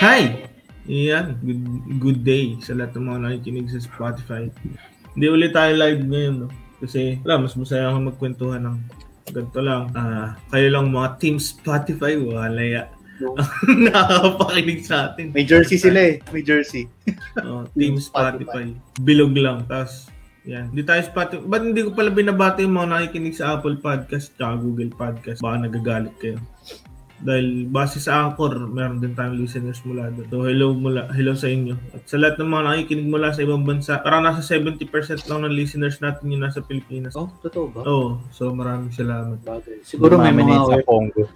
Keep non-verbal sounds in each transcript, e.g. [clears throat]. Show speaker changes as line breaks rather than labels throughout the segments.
Hi! Iyan, good, good day sa lahat ng mga nakikinig sa Spotify. Hindi ulit tayo live ngayon, no? Kasi, wala, mas masaya akong magkwentuhan ng ganito lang. Ah, kayo lang mga Team Spotify, wala ya. [laughs] Nakakapakinig sa atin.
May jersey sila eh. May jersey.
Oh, Team Spotify. Bilog lang. Tapos, yan. Hindi tayo Spotify. Ba't hindi ko pala binabati yung mga nakikinig sa Apple Podcast at Google Podcast? Baka nagagalit kayo. Dahil base sa Anchor, meron din tayong listeners mula doon. So, hello, mula, hello sa inyo. At sa lahat ng mga nakikinig mula sa ibang bansa, parang nasa 70% lang ng listeners natin yung nasa Pilipinas.
Oh, totoo ba?
Oh, so maraming salamat.
Bagay. Siguro may mga
sa Congo.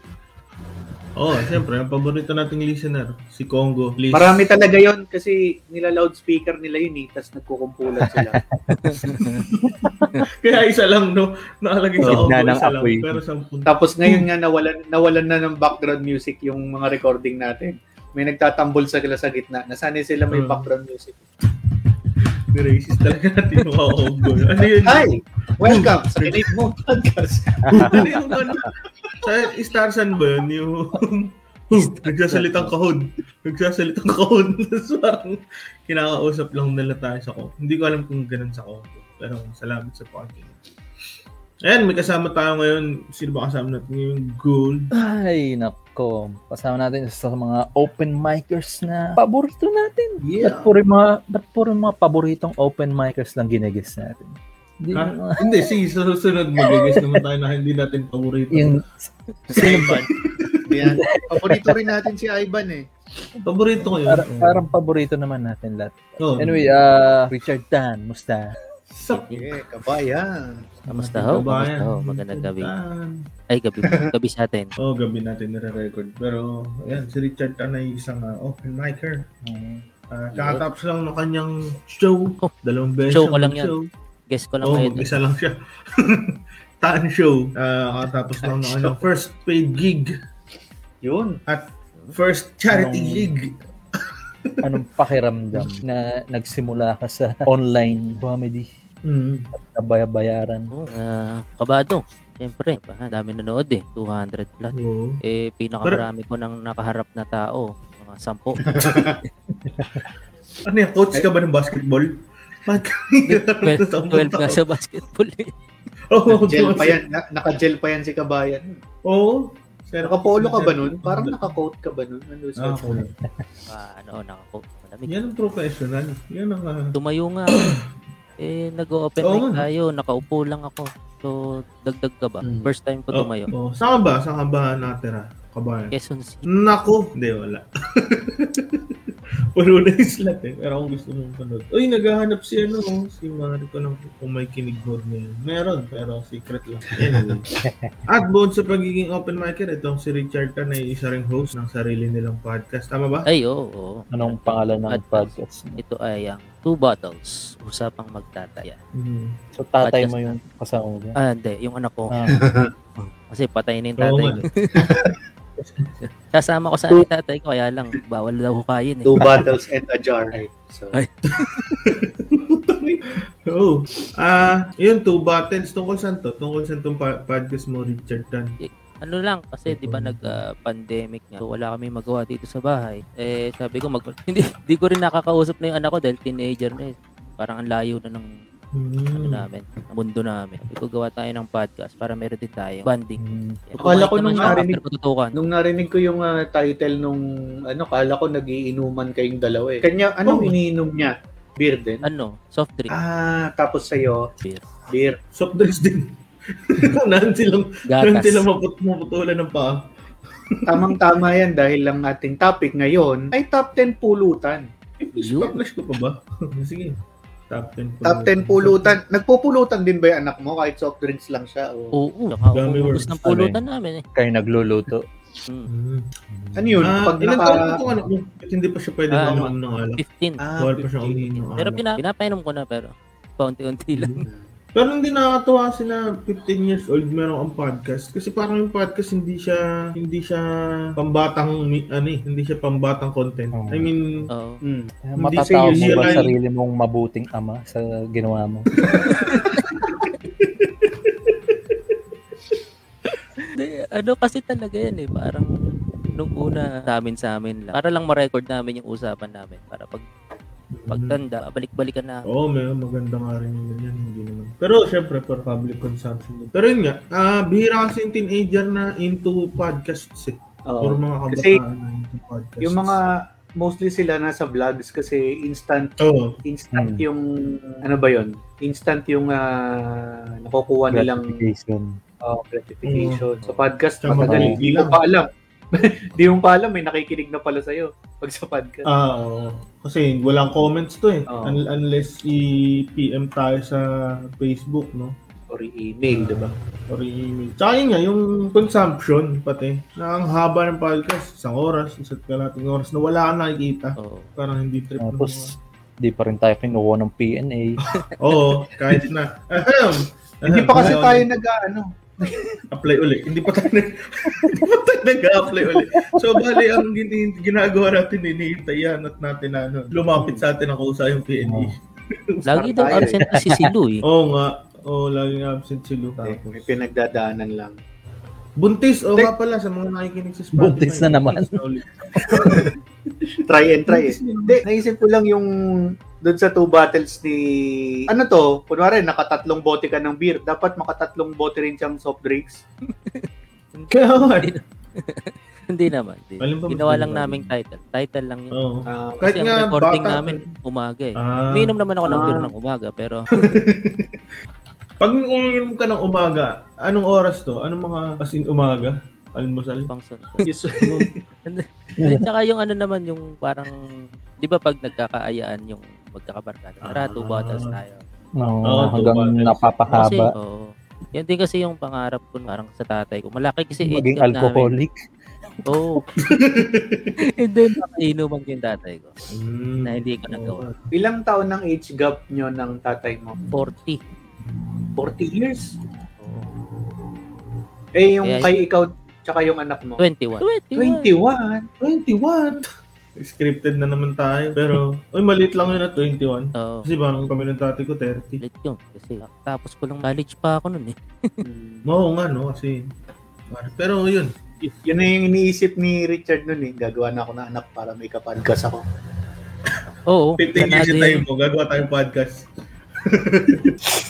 Oh, siyempre, ang paborito nating listener, si Congo. Please.
Marami talaga yon kasi nila loudspeaker nila yun eh, tapos nagkukumpulan sila.
Kaya isa lang, no? Nakalagay sa
Gitna
Congo,
ng
isa lang.
apoy.
Pero sampun.
tapos ngayon nga nawalan, nawalan na ng background music yung mga recording natin. May nagtatambol sa sila sa gitna. Nasanay sila may
Hmm.
background music.
Racist talaga natin mga Congo. Ano yun?
Hi! Welcome sa Kinig Mo Podcast.
Ano yung ano? Sa Starsan ba yun? Yung...
[laughs]
Nagsasalitang kahon. Nagsasalitang kahon. [laughs] Tapos parang kinakausap lang nila tayo sa Congo. Hindi ko alam kung ganun sa Congo. Pero salamat sa podcast. Ayan, may kasama tayo ngayon. Sino ba kasama natin yung Gold?
Ay, nako. Pasama natin sa mga open micers na paborito natin. Ba't puro yung mga, ba't puro yung mga paboritong open micers lang ginigis natin? Hindi
Ha?
yung mga-
Hindi, sige, sa susunod magigis naman tayo na hindi natin paborito.
yung, sino ba?
Yan. Paborito rin natin si Ivan eh.
Paborito ko yun.
parang, parang paborito naman natin lahat.
Oh.
Anyway, uh, Richard Tan, musta?
Sup?
Yeah, kabayan.
Kamusta ho?
Kabayan.
Kamusta ho? Magandang gabi.
Tan.
Ay, gabi, gabi sa atin.
Oo, oh, gabi natin nire-record. Pero, ayan, si Richard Tan ay isang ah, open micer.
Mm.
Uh, kakatapos lang ng kanyang show. Dalawang beses.
Oh, Show ko
ang
lang yan.
show.
Guess ko lang
Oo,
kayo.
isa lang siya. [laughs] Tan show. Uh, kakatapos lang ng
Tan
kanyang first paid gig.
[laughs] Yun.
At first charity
Anong-
gig.
Anong pakiramdam na nagsimula ka sa online comedy
Mm.
na bayaran?
Oh, ah, kabado. Siyempre, ah, dami nanood eh. 200 plus.
Oo.
Eh, pinakamarami ko nang nakaharap na tao. Mga
[laughs]
sampo.
Ano yan? Coach ka ba ng basketball? [laughs] Bakit? [laughs]
12, 12 na sa basketball eh.
Oo,
Gel pa
12.
yan. Na- Naka-gel pa yan si kabayan.
Oo. Pero
Nakapolo ka ba nun? Parang naka-coat ka ba nun? Ano,
Ah,
so,
cool.
Ah, ano, nakako. Malamig.
Yan ang professional. Yan ang... ah,
Tumayo
[coughs]
nga. ako. eh, nag-open
Oo
mic
nga. Mm.
tayo. Nakaupo lang ako. So, dagdag ka ba?
Hmm.
First time ko tumayo.
Oh, oh. Saan ka ba? Saan ka ba natira? Kabayan.
Quezon City.
Nako! Hindi, wala. [laughs] Puno na yung slot eh. Pero kung gusto mong panood. Uy, naghahanap si ano, oh, si Marco ng kung may kinig mode na yun. Meron, pero secret lang. Anyway.
[laughs]
At bukod sa pagiging open micer, itong si Richard Tan ay isa ring host ng sarili nilang podcast. Tama ba?
Ay, oo. oo.
Anong pangalan ng podcast? mo?
Ito ay ang Two Bottles. Usapang magtataya.
Mhm.
So tatay mo yung kasama mo dyan?
Ah, hindi. Yung anak ko.
Ah.
Kasi patay na yung
Oo
tatay
nga.
ko. eh. Sasama ko sa akin tatay ko, kaya lang, bawal daw kain eh.
two bottles and a jar. So,
Ay.
[laughs] Oo. Ah, yun, two battles. Tungkol saan to? Tungkol saan tong pa- podcast mo, Richard Tan?
Ano lang, kasi di ba nag-pandemic nga, so wala kami magawa dito sa bahay. Eh, sabi ko, mag- [laughs] hindi, di ko rin nakakausap na yung anak ko dahil teenager na eh. Parang ang layo na ng
Mm.
ano
Hmm.
namin, ng mundo namin. Sabi ko, gawa tayo ng podcast para meron din tayo. Banding.
Mm.
Yeah.
Akala ko
Kumain
nung
naman siya
narinig-
after matutukan.
nung narinig ko yung ah, title nung, ano, kala ko nagiinuman kayong dalawa eh. Kanya, anong
Oh.
iniinom niya? Beer din?
Ano? Soft drink.
Ah, tapos sa'yo,
Beer.
beer.
Soft drinks din. [laughs] Nahan silang, nahan
Gatas.
silang maput- maputulan ng paa.
Tamang-tama yan dahil lang ating topic ngayon ay top 10 pulutan.
Yun.
Publish ko pa ba? [laughs] Sige. Top 10 pulutan.
Top 10 pulutan. Nagpupulutan din ba yung anak mo kahit soft drinks lang siya? oh. O...
Oo. Saka
Dami
ubus
words.
ng pulutan namin eh.
Kayo nagluluto.
Mm.
Hmm.
Ano yun?
Ah,
Pag
ilan
naka...
taon na itong anak mo? Ba't Hindi pa siya pwede
Ah,
ah,
ano?
ng alak.
15.
Ah, ano?
Bawal pa siya umiinom ano? ng
Pero
alak.
pina, pinapainom ko na pero paunti-unti lang.
[laughs] Pero hindi nakakatuwa sila 15 years old meron ang podcast kasi parang yung podcast hindi siya hindi siya pambatang mi- ano eh, hindi siya pambatang content.
Oo.
I mean,
Oo.
Mm.
Ah,
Hindi
Matatawag
siya
mo ba
usually-
sarili mong mabuting ama sa ginawa mo?
Hindi, ano kasi talaga yan eh, parang nung una namin sa amin lang. Para lang ma-record namin yung usapan namin. Para pag pagtanda, balik-balikan na.
Oo, may maganda nga rin yun yan, hindi naman. Pero syempre, for public consumption. din. Pero yun nga, ah bihira kasi yung teenager na into podcasts eh.
Oo.
Or mga kabataan
Kasi
na into podcasts.
Yung mga mostly sila nasa vlogs kasi instant
Oo.
instant
Hmm.
yung ano ba yon? Instant yung ah, nakukuha nilang
Gratification.
oh, gratification.
Hmm.
Sa podcast
Tsaka
matagal
makikinig
hindi mo
lang.
pa alam. [laughs] Hindi mo pa alam may nakikinig na pala sa'yo pag sa podcast.
Ah, oo. Kasi walang comments to eh.
Oo.
Un- unless i-PM tayo sa Facebook, no?
Or email, di ba?
Or i-email. Tsaka yun nga, yung consumption pati. Na ang haba ng podcast, isang oras, isa't kalating oras na wala kang nakikita.
Oo.
Parang hindi trip. ng
Tapos, di pa rin tayo kinuha ng PNA.
mga- Oo, kahit
[laughs]
na. Ahem!
Hindi
Ahem,
pa kasi
ngayon,
tayo nag ano.
apply uli. Hindi pa tayo nag- [laughs] hindi pa tayo nag-apply uli. So bali ang gini- ginagawa natin hinihintay yan at natin na ano, lumapit sa atin ang kusa yung PNE.
Lagi daw
tayo eh.
absent na si Silu
[laughs]
eh.
E. Oo nga. Oo, laging absent si Luke.
May
E.
pinagdadaanan lang.
Buntis, o nga pala sa mga nakikinig sa Spotify.
Buntis na naman.
Buntis na ulit.
Try and try eh.
Buntis na naman.
Hindi, naisip ko lang yung doon sa two bottles ni... Ano to? Kunwari, nakatatlong bote ka ng beer. Dapat makatatlong bote rin siyang soft drinks. [laughs]
Kaya nga. eh.
Hindi naman. Hindi.
Alin ba mas
Ginawa lang
ganda?
naming title. Title lang yun.
Oo.
Ah,
Kahit
Kasi ang
nga,
recording
bata-
namin umaga eh.
Ah.
Umiinom naman ako ng
Ah.
beer ng umaga
[laughs]
pero
Pag uminom ka ng umaga, anong oras to? Anong mga as in umaga? Almusal?
pang sunod.
yes.
At saka yung ano naman yung parang 'di ba pag nagkakaayaan yung magkakabarkada. Tara, two
Ah.
bottles tayo.
No,
Oo, two
hanggang
bottles.
Kasi
napapahaba.
oo. Yan din kasi yung pangarap ko parang sa tatay ko. Malaki kasi age
Maging
gap namin.
alcoholic.
[laughs]
Oo. And then nakainuman ko yung tatay ko
Mm.
na hindi ko nagawa.
Ilang taon ng age gap nyo ng tatay mo?
40.
40 years?
Oo.
Eh, yung
Kaya-
kay ikaw tsaka yung anak mo?
21. 21.
21?
21? Scripted na naman tayo. Pero, uy, maliit lang yun at 21.
Oo.
Kasi parang kami ng tatay ko, 30.
Ulit yun. Kasi tapos ko lang college pa ako nun eh.
Hmm.
Oo nga, no? Kasi, ano, pero yun.
Yun na yung iniisip ni Richard noon eh. Gagawa na ako ng anak para may kapodcast ako.
Oo.
15 years yung time mo, gagawa tayong podcast.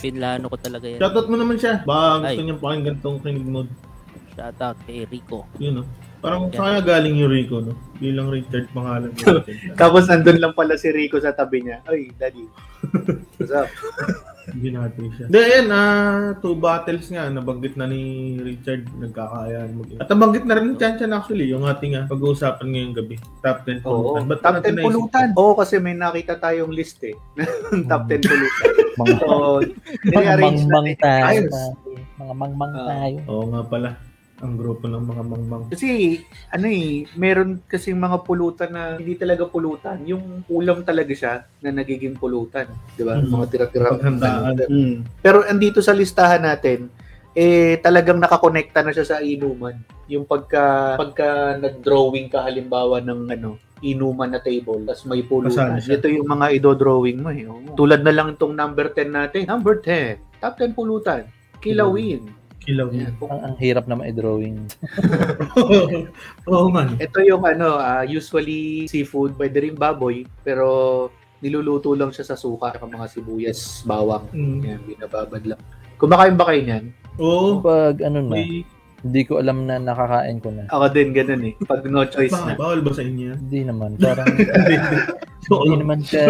Pinlano ko talaga yan.
Shoutout mo naman siya. Baka gusto
Ay.
niyang pakinggan tong kinig mo.
Shout out kay Rico.
Yun, no? Parang sa kanya galing yung Rico, no? Bilang Richard pangalan
[laughs]
natin.
Tapos andun lang pala si Rico sa tabi niya. Ay, daddy. [laughs] What's up?
Hindi natin siya. Then, ayan, ah, two battles nga, nabanggit na ni Richard, nagkakaayaan mag At nabanggit na rin ni Chanchan actually, yung ating ah, pag-uusapan ngayong gabi. Top 10
Oo.
pulutan. Oh, Ba't
Top
natin
10
naisip?
pulutan. Oo, kasi may nakita tayong list eh. [laughs] ng top 10 pulutan. eh.
Mga
So,
mga
nire-arrange
mangmang
natin.
tayo.
Ayos.
pare. Mga mangmang
Ah.
tayo.
Oo nga pala. Ang grupo ng mga mangmang.
Kasi, ano eh, meron kasing mga pulutan na hindi talaga pulutan. Yung ulam talaga siya na nagiging pulutan. Di ba?
Mm.
Mga tira-tira.
Paghandaan.
Mm. Pero andito sa listahan natin, eh talagang nakakonekta na siya sa inuman. Yung pagka pagka nag-drawing ka halimbawa ng ano, inuman na table, tapos may
Kasama
pulutan.
siya.
Ito yung mga ido-drawing mo eh. Oo. Tulad na lang itong number 10 natin. Number 10, top 10 pulutan. Kilawin.
Mm. Kilaw
Ayan.
yun.
Ang, ang hirap naman i-drawing.
[laughs] Oo man.
Ito yung ano, ah, usually seafood, pwede rin baboy, pero niluluto lang siya sa suka, saka mga sibuyas, bawang.
Mm.
Yan, binababad lang. Kumakain ba kayo niyan?
Oo.
Pag ano na,
Oh. May
hindi ko alam na nakakain ko na.
Ako din, ganun eh. Pag no choice na.
[laughs] pa, bawal ba sa inyo? yan?
Hindi naman. Parang
[laughs]
Hindi, hindi. [laughs] Oo.
hindi naman siya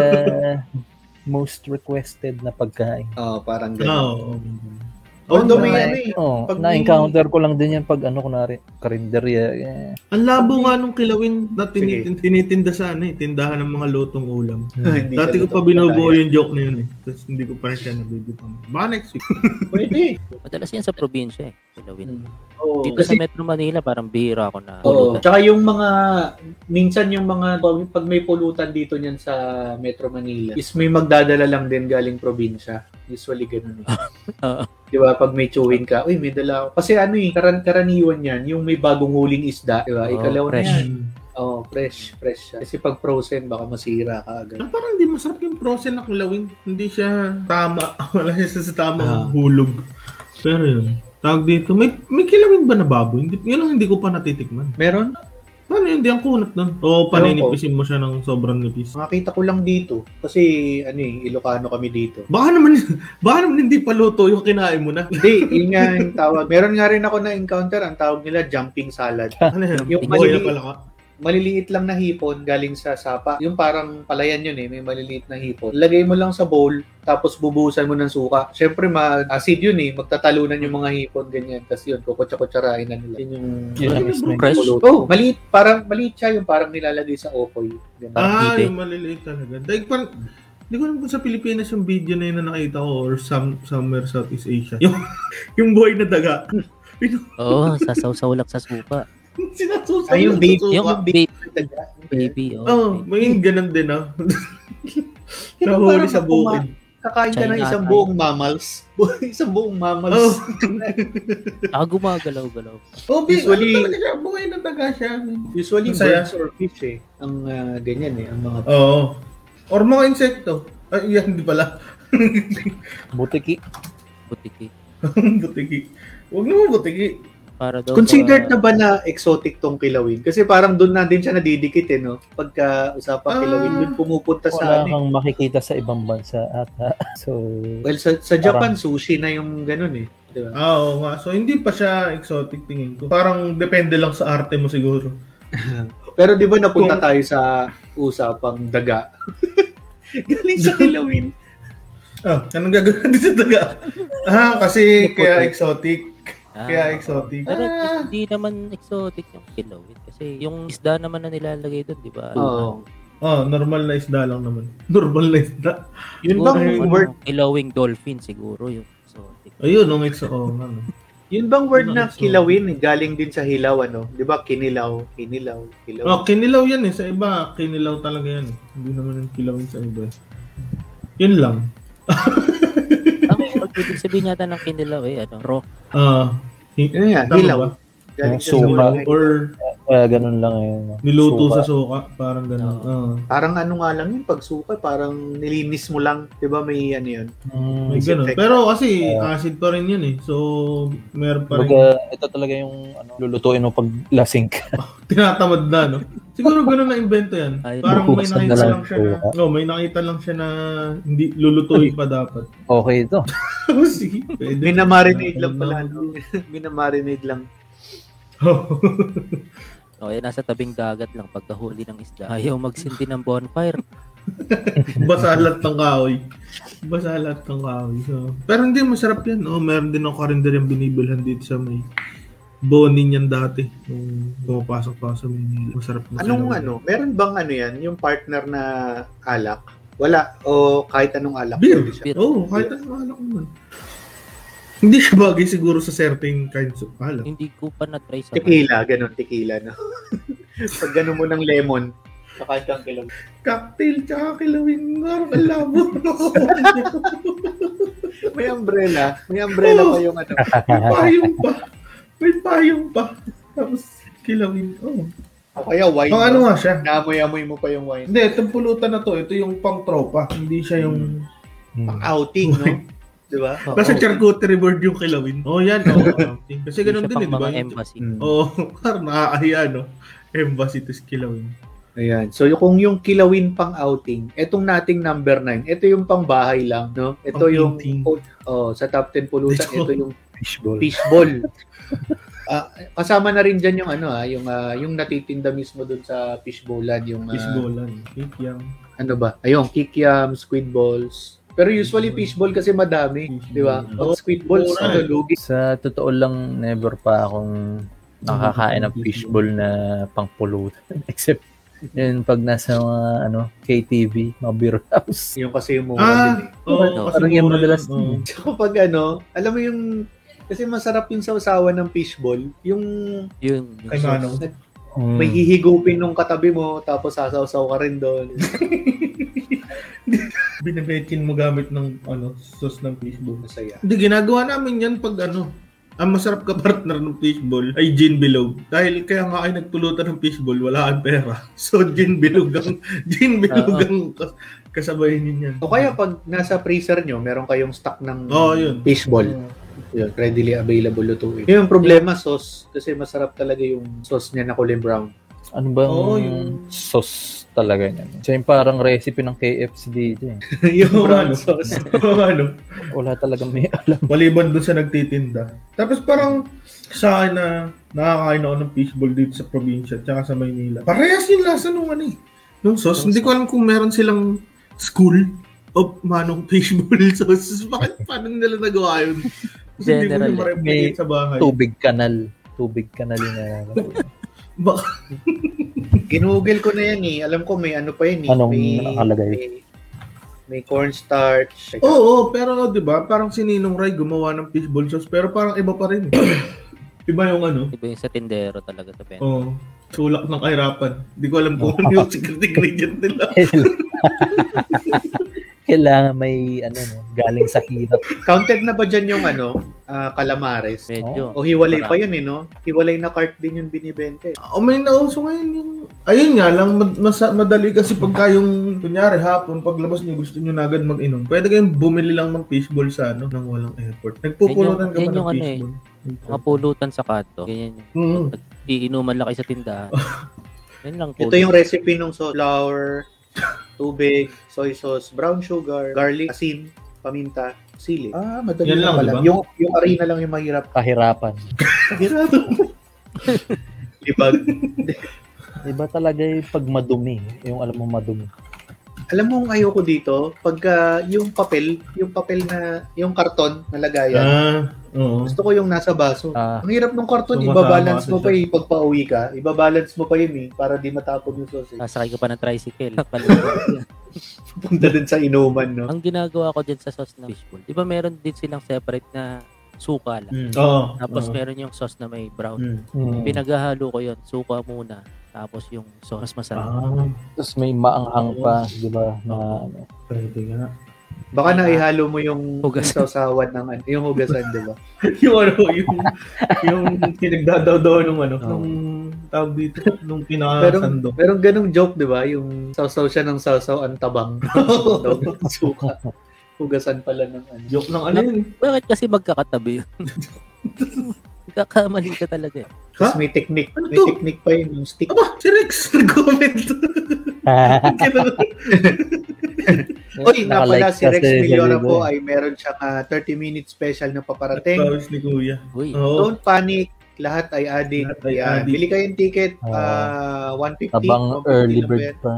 most requested na pagkain.
Oo,
Ah,
parang ganun. [laughs]
Oo.
Although may
Wala.
ano eh.
Oo,
Pag-
oh, na-encounter ko lang din yan pag ano, kunwari, karinderya. Eh,
Ang labo nga nung kilawin na tinitin-
Sige.
tinitinda sa ano eh, tindahan ng mga lotong ulam.
Hindi
Dati ko
ganun
pa
to.
binubuo yung joke na yun eh. Tapos hindi ko pa rin siya nabibitaw. Baka next week. [laughs]
Pwede.
Madalas yan sa probinsya eh. Pilawin.
Oo.
Dito
Kasi,
sa Metro Manila parang bihira ako
oo.
na pulutan.
Tsaka yung mga, minsan yung mga, pag may pulutan dito niyan sa Metro Manila, is may magdadala lang din galing probinsya. Usually ganun eh.
[laughs] Oo.
Di ba? Pag may chewing ka, uy, may dala ako. Kasi ano eh, karan karaniwan yan, yung may bagong huling isda, di ba?
Oo,
Ikalaw na
fresh.
yan.
Hmm.
Oo, fresh, fresh siya. Kasi pag frozen, baka masira ka agad.
Pero Ah, parang hindi masarap yung process ng kilawin. Hindi siya tama. [laughs] Wala siya sa tamang
Ah.
hulog. Pero yun. Tawag dito, may, may kilawin ba na baboy? Hindi, yun lang hindi ko pa natitikman.
Meron?
Ano yun, di ang kunat nun. O paninipisin mo siya ng sobrang nipis.
Nakita ko lang dito kasi ano eh, Ilocano kami dito.
Baka naman, [laughs] baka naman hindi pa luto yung kinain mo
[laughs]
na.
Hindi, yun nga yung tawag. Meron nga rin ako na-encounter, ang tawag nila jumping salad.
Ano yun?
Yung
Yung boil
maliliit.
pala ka.
Maliliit lang na hipon galing sa sapa. Yung parang palayan yun eh, may maliliit na hipon. Lagay mo lang sa bowl, tapos bubuhusan mo ng suka. Siyempre, ma-acid yun eh. Magtatalunan yung mga hipon, ganyan. Tapos yun, kukutsa-kutsarain na nila. Yun yung...
Yun ang
Ano
Fresh?
Oh, maliit. Parang maliit siya yung parang nilalagay sa okoy.
Ah,
Ganun.
Nakakita eh.
yung maliliit talaga. Dahil parang, hindi ko alam kung sa Pilipinas yung video na yun na nakita ko or some, somewhere Southeast Asia. [laughs] Yung, yung boy na daga. [laughs]
Oo, sasaw-saw lang sa supa.
Sinasusunod
Ay, yung baby.
Yung
Yung
baby,
baby.
baby. Oo.
Oh, may ganun din ah.
Nahuli
Nahuli sa bukid.
Kakain ka ng
China
isang
tayo.
buong mammals. [laughs] isang buong [laughs] mammals.
Ah, gumagalaw-galaw.
Oh,
Usually-
ano talaga siya, buhay na daga siya.
Usually
Ang saya.
birds or fish eh. Ang ah, ganyan eh. Ang mga
Oo. Or mga insekto. Ay, yan, di pala. [laughs]
Butiki.
Butiki.
butiki. Huwag naman butiki.
Para daw
Considered
sa-
na ba na exotic tong kilawin? Kasi parang doon na din siya nadidikit eh, no? Pagka usapang
Ah.
kilawin, doon pumupunta sa
Wala
ano eh.
kang makikita sa ibang bansa ata. [laughs] So,
Well, sa, sa Japan, sushi na yung ganun eh. Di ba?
Ah, oo nga. So, hindi pa siya exotic tingin ko. Parang depende lang sa arte mo siguro.
Pero di ba napunta
Kung-
tayo sa usapang daga? Galing sa kilawin.
Ah, anong gagawin natin sa daga? Ah, kasi kaya exotic.
Ah.
Kaya exotic.
Pero
Ah,
hindi naman exotic yung kilawin. Kasi yung isda naman na nilalagay doon, di ba?
[laughs] Oo.
oh, normal na isda lang naman. [laughs] Normal na isda.
Yun
Siguro
bang
yung,
word,
ano, Kilawing dolphin siguro yung exotic.
Ayun, ang exo. Oh, ano.
yun bang word na
Ano, so-
kilawin eh, galing din sa hilaw ano? Di ba kinilaw, kinilaw, kilaw.
Oh, kinilaw yan eh. Sa iba, kinilaw talaga yan eh. Hindi naman yung kilawin sa iba. eh. Yun lang.
Ang pag-ibig sabihin yata ng kinilaw eh, ano, rock.
Ah, hi-
Ano yan?
tama
Hilaw.
ba?
Galing
Yung
siya sa
suka.
Hilaw
hilaw.
Or
kaya ganun lang yun.
niluto
Suka.
sa suka. Parang ganun. Ah.
Parang ano nga lang yun, pag suka, parang nilinis mo lang. Di ba may ano yun?
Mm,
May ganun.
Disinfect.
Pero kasi
Ah.
acid pa rin yun eh. So, meron pa rin.
Baga, ito talaga yung ano, lulutuin mo pag lasing ka. [laughs]
tinatamad na, no? Siguro ganun na invento yan.
Ay,
Parang may
bukas na
nakita
dalawa.
lang siya na, no, may nakita lang siya na hindi lulutuin pa dapat. [laughs] Oh,
Okay
[laughs]
ito.
Sige, pwede. [laughs]
Minamarinate lang pala. No? Minamarinate lang.
Oh,
O, eh, nasa tabing dagat lang pagkahuli ng isda. Ayaw magsindi ng
[laughs]
bonfire.
Basa lahat ng kahoy. Basa lahat ng kahoy. So, pero hindi, masarap yan. Oh, meron din ako rin din yung binibilhan dito sa may bonin yan dati. Nung pumapasok pa ako sa Manila. Masarap na
Anong
sila.
ano? Meron bang ano yan? Yung partner na alak? Wala. O kahit anong alak.
Beer.
pwede siya.
Beer.
Oo, oh, kahit ano alak naman. Hindi siya bagay siguro sa certain kinds of alak.
Hindi ko pa na-try sa
Tequila. Ganun, tequila. No? [laughs] Pag ganun mo ng lemon, kakain kang kilaw.
Cocktail tsaka kilawin. Parang alabo.
May umbrella. May umbrella
Oh.
pa yung ano.
May payong pa. May payong pa. Tapos kilawin. Oh.
O kaya wine.
Pang ano nga siya?
Namoy-amoy mo pa yung wine.
Hindi, itong pulutan na to. Ito yung pang tropa. Hindi siya yung...
Mm,
Pang outing, no? Di ba?
Oo.
Nasa charcuterie board yung kilawin. Oh, yan. Oh, [laughs] Kasi ganun din, eh, di ba?
mga embassy.
Mm.
Oo, oh, parang nakakahiya, no? Embassy tas kilawin.
Ayan. So yung- kung yung kilawin pang outing, etong nating number 9, ito yung pang bahay lang, no? Ito
Pang
yung
eating.
oh, oh, sa top 10 pulutan,
Ito.
ito yung
Fishball.
fishball. [laughs] Ah, kasama na rin diyan yung ano ah, yung ah, yung natitinda mismo doon sa fishbowlan, yung ah,
Fishballan. Kikyang.
ano ba? Ayun, kikiam, squid balls. Pero usually fishball kasi madami,
Fishball.
di ba? Pag
Oo,
squid balls,
mura
ano,
eh.
lugi.
Sa totoo lang, never pa akong nakakain ng fishball na pangpulutan. [laughs] Except yun pag nasa mga ano, KTV, mga beer house.
Yung kasi yung mura
Ah,
[laughs] din eh.
oo.
Ano,
kasi
parang yan
mura
madalas
yun, oo.
Tsaka pag ano, alam mo yung kasi masarap yung sausawan ng fishball, yung
Yun. yung
Kay
sauce.
Manong.
Mm.
May hihigupin nung katabi mo, tapos sasawsaw ka rin [laughs] doon.
Binibetchin mo gamit ng ano, sauce ng fishball.
Masaya.
Hindi, ginagawa namin yan pag ano, ang masarap ka partner ng fishball ay gin bilog. Dahil kaya nga ay nagpulutan ng fishball, wala kang pera. [laughs] So, gin bilog ang, gin bilog ang kas- kasabay ninyan.
O kaya pag nasa freezer nyo, meron kayong stock ng
Oo, yun.
fishball. Yun, [laughs] readily available lutuin. Yun Yung problema, sauce. Kasi masarap talaga yung sauce niya na kulay brown.
Ano bang
Oo, yung-
sauce talaga niyan? Siya yung parang recipe ng KFC dito eh.
yung
Brano.
brown [laughs]
[laughs]
sauce.
ano,
Wala talaga may alam.
maliban doon sa nagtitinda. Tapos parang sa akin na nakakain ako ng fishball dito sa probinsya tsaka sa Maynila. Parehas yung lasa nung ano eh. Nung sauce. Hindi ko alam kung meron silang school of manong fishball [laughs] sauce. Bakit paano nila nagawa yun? Kasi hindi ko
General,
na ma-replicate
may
sa bahay.
Tubig kanal. Tubig kanal yung nararamdaman [laughs] ko.
Baka
Ginugol ko na yan eh. Alam ko may ano pa yun eh.
Anong
may,
nakalagay?
May, may cornstarch.
Oo, oh, pero 'di ba, parang si Ninong Ray gumawa ng fishball sauce pero parang iba pa rin. eh. iba yung ano.
Iba yung sa tindero talaga sa
Oh,
pen.
Oo. sulak ng kahirapan. Hindi ko alam kung ano yung secret ingredient nila.
Kailangan may ano no, galing sa hirap.
Counted na ba dyan yung ano, ah, calamares?
Medyo.
O hiwalay pa yun eh, no? Hiwalay na cart din yung binibenta eh.
O Oh, may nauso ngayon yung... Ayun nga lang, mad- mas- madali kasi pagka yung... Kunyari hapon, paglabas niyo gusto niyo na agad mag-inom. Pwede kayong bumili lang ng fishball sa ano, nang walang airport. Nagpupulutan ka ba
Yan yung-
ng
yan yung ano eh.
fishball?
Mga pulutan sa kanto. Ganyan yun.
Mm.
Iinuman lang kayo sa
[laughs]
tindahan. Yan lang po.
Ito yung recipe ng sauce. Flour, tubig, soy sauce, brown sugar, garlic, asin, paminta, sili. Ah, madali
Yan
na
lang, di
pala.
ba?
Yung, yung arena lang yung
[laughs]
mahirap.
Kahirapan.
Mahirap. Ibag.
Iba talaga yung pag madumi. Yung alam mo madumi.
Alam mo ang ayoko dito, pagka yung papel, yung papel na, yung karton na lagayan,
Ah, oo.
gusto ko yung nasa baso.
Ah,
Ang hirap ng karton,
Tumatama
ibabalance
kasi
mo
siya.
pa eh. Pag pauwi ka, ibabalance mo pa yun eh, para di matapon yung sausage.
Sasakay ka pa ng
[laughs]
tricycle. Kalimutan.
Punta din sa inuman, no?
Ang ginagawa ko dyan sa sauce ng fishbowl, di ba meron din silang separate na suka lang.
Mm. Oo.
Tapos
oo.
meron yung sauce na may brown.
Mm.
mm.
Pinaghahalo ko yun. Suka muna. Tapos yung sauce. Mas masarap.
Ah,
Tapos may maanghang pa, di ba? Na, ano.
pwede nga. [laughs]
Baka na ihalo mo yung, yung
Hugasan.
sausawan ng ano, yung hugasan, di ba?
yung ano, yung, yung pinagdadaw daw nung ano,
Oo.
nung tawag dito, nung
Pero,
pinakasando.
pero ganong joke, di ba? Yung sausaw siya ng sausaw ang tabang.
[laughs]
Daw ng Suka. Hugasan pala ng ano.
Joke ng ano yun.
Bakit kasi magkakatabi yun? [laughs] Nagkakamali ka talaga eh.
Tapos may technique.
Ano
May
to? Ano?
technique pa yun. Yung stick.
Aba, si Rex,
[laughs]
nag-comment.
[laughs] Uy, na pala
Nakalike
si Rex
kasi sa
Millora
libo
po
eh.
ay meron siyang ah, 30-minute special na paparating.
Promise ni Kuya.
Uy,
Oo.
Don't panic. Lahat ay adik.
Lahat ay
Yan.
adik.
Bili kayong ticket. ah
Ah.
150.
Tabang
150
early
na
bird
ba yan?
pa.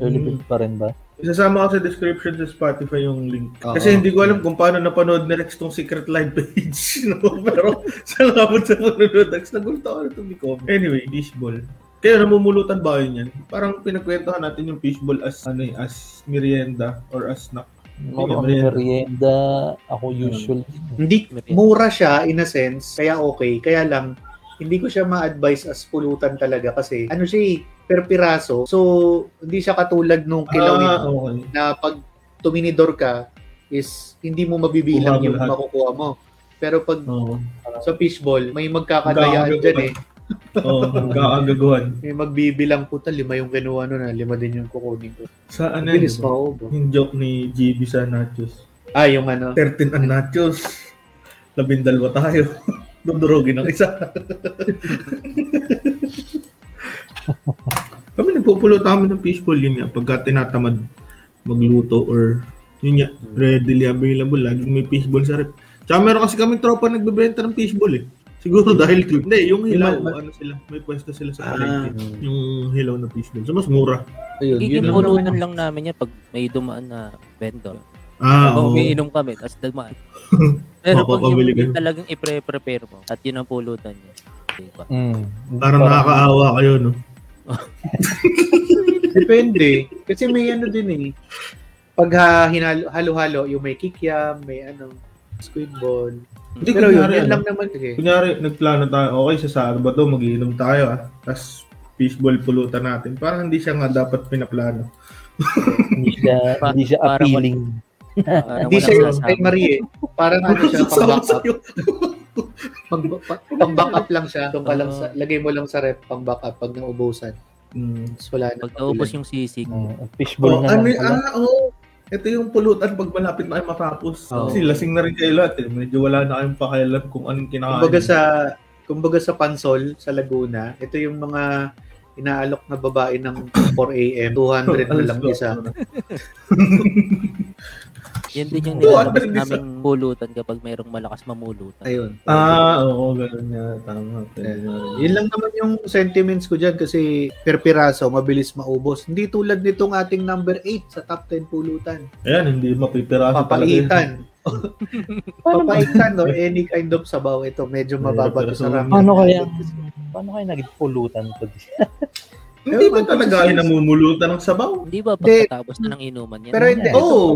Early
Mm.
Hmm.
bird pa rin ba?
Isasama ko sa description sa Spotify yung link.
Oo.
Kasi hindi ko alam kung paano napanood ni Rex tong secret live page. [laughs] No? Pero salamat sa panonood. Rex, nagulat ako na itong comment. Anyway, fishball. Kaya namumulutan ba yun yan? Parang pinagkwentuhan natin yung fishball as ano eh, as merienda or as snack.
Mga
ba yan?
merienda, ako usually.
Hindi
meron.
mura siya in a sense, kaya okay. Kaya lang, hindi ko siya ma-advise as pulutan talaga kasi ano siya eh, per piraso. So, hindi siya katulad nung
Ah,
kilawin
okay.
na pag tuminidor ka is hindi mo
Kuha
mabibilang
mo
yung
lahat.
makukuha mo. Pero pag
Oo.
sa fishball, may magkakadayaan
Magkakagawa.
dyan eh.
Oo, [laughs] magkakagaguhan.
May magbibilang puta, lima yung kinuha nun na, lima din yung kukunin ko.
Sa ano yun?
Bilis
diba?
maubo.
Yung joke ni GB sa nachos.
Ah, yung ano.
13 ang nachos. Labindalwa tayo. [laughs] Dudurogin ang
[laughs]
isa. kami nagpupulot kami ng fishball yun nga. Pagka tinatamad magluto or yun nga, readily available. Laging may fishball sa rep. Tsaka meron kasi kami tropa nagbebenta ng fishball eh. Siguro dahil to. Hindi, yung hilaw,
Hmm. Yung mal-
ano sila, may pwesto sila sa
Ah.
palengke. Yung hilaw na fishball. So, mas mura.
Ayun, yun lang.
Kikipulutan
ano.
lang namin yan pag may dumaan na vendor.
Ah,
Pag
oo.
umiinom kami, tapos
[laughs]
nagmaan. Pero kung yung
Mapapabili
yung
kayo.
talagang ipre-prepare mo, at yun ang pulutan niya. Diba?
Mm.
Parang nakakaawa kayo, no?
Depende. Kasi may ano din eh. Pag ha, hinalo, halo-halo, yung may kikiam, may ano, squid ball.
Hindi,
Pero yun,
kunyari,
yun
ano,
lang naman. Sige.
Kunyari, nagplano tayo, okay, sa Sabado, magiinom tayo ah. Tapos, fishball pulutan natin. Parang hindi siya nga dapat pinaplano.
Hindi siya,
Pa-
hindi siya
parang
appealing.
Ah,
Parang
Hindi
walang
siya yung
sasama.
kay Marie eh. Parang ano
[laughs]
siya, pang
Sasama
backup.
sa'yo.
Pang, pa- pang backup lang siya. Doon ka lang sa,
Oo.
lagay mo lang sa ref pang backup pag naubusan.
Mm.
Tapos wala na.
Pag naubos yung sisig,
Mm, fishball
Oh,
Hmm. na
ano
lang
yung,
pala.
ah, oo. Ito yung pulutan pag malapit na kayo matapos.
Oo.
Kasi lasing na rin kayo lahat eh. Medyo wala na kayong Ah, pakialam kung anong kinakain.
Kumbaga sa kumbaga sa Pansol sa Laguna, ito yung mga inaalok na babae ng 4 AM, 200 na lang isa. Oh,
Yan din yung
Oo,
nilalabas
at least-
naming pulutan kapag mayroong malakas mamulutan.
Ayun.
Ah, oo, ganun nga. Tama.
Eh.
tama.
Yun lang naman yung sentiments ko dyan kasi per piraso, mabilis maubos. Hindi tulad nitong ating number 8 sa top 10 pulutan.
Ayan, hindi mapipiraso talaga.
Papaitan. Papaitan or any kind of sabaw. Ito, medyo mababa to sa ramen.
Paano kaya, paano kaya nagpulutan to? [laughs]
Hindi ba talaga ay namumulutan ng sabaw?
Hindi ba
Hindi.
pagkatapos na ng inuman yan?
Pero hindi.
Oo.
Oh.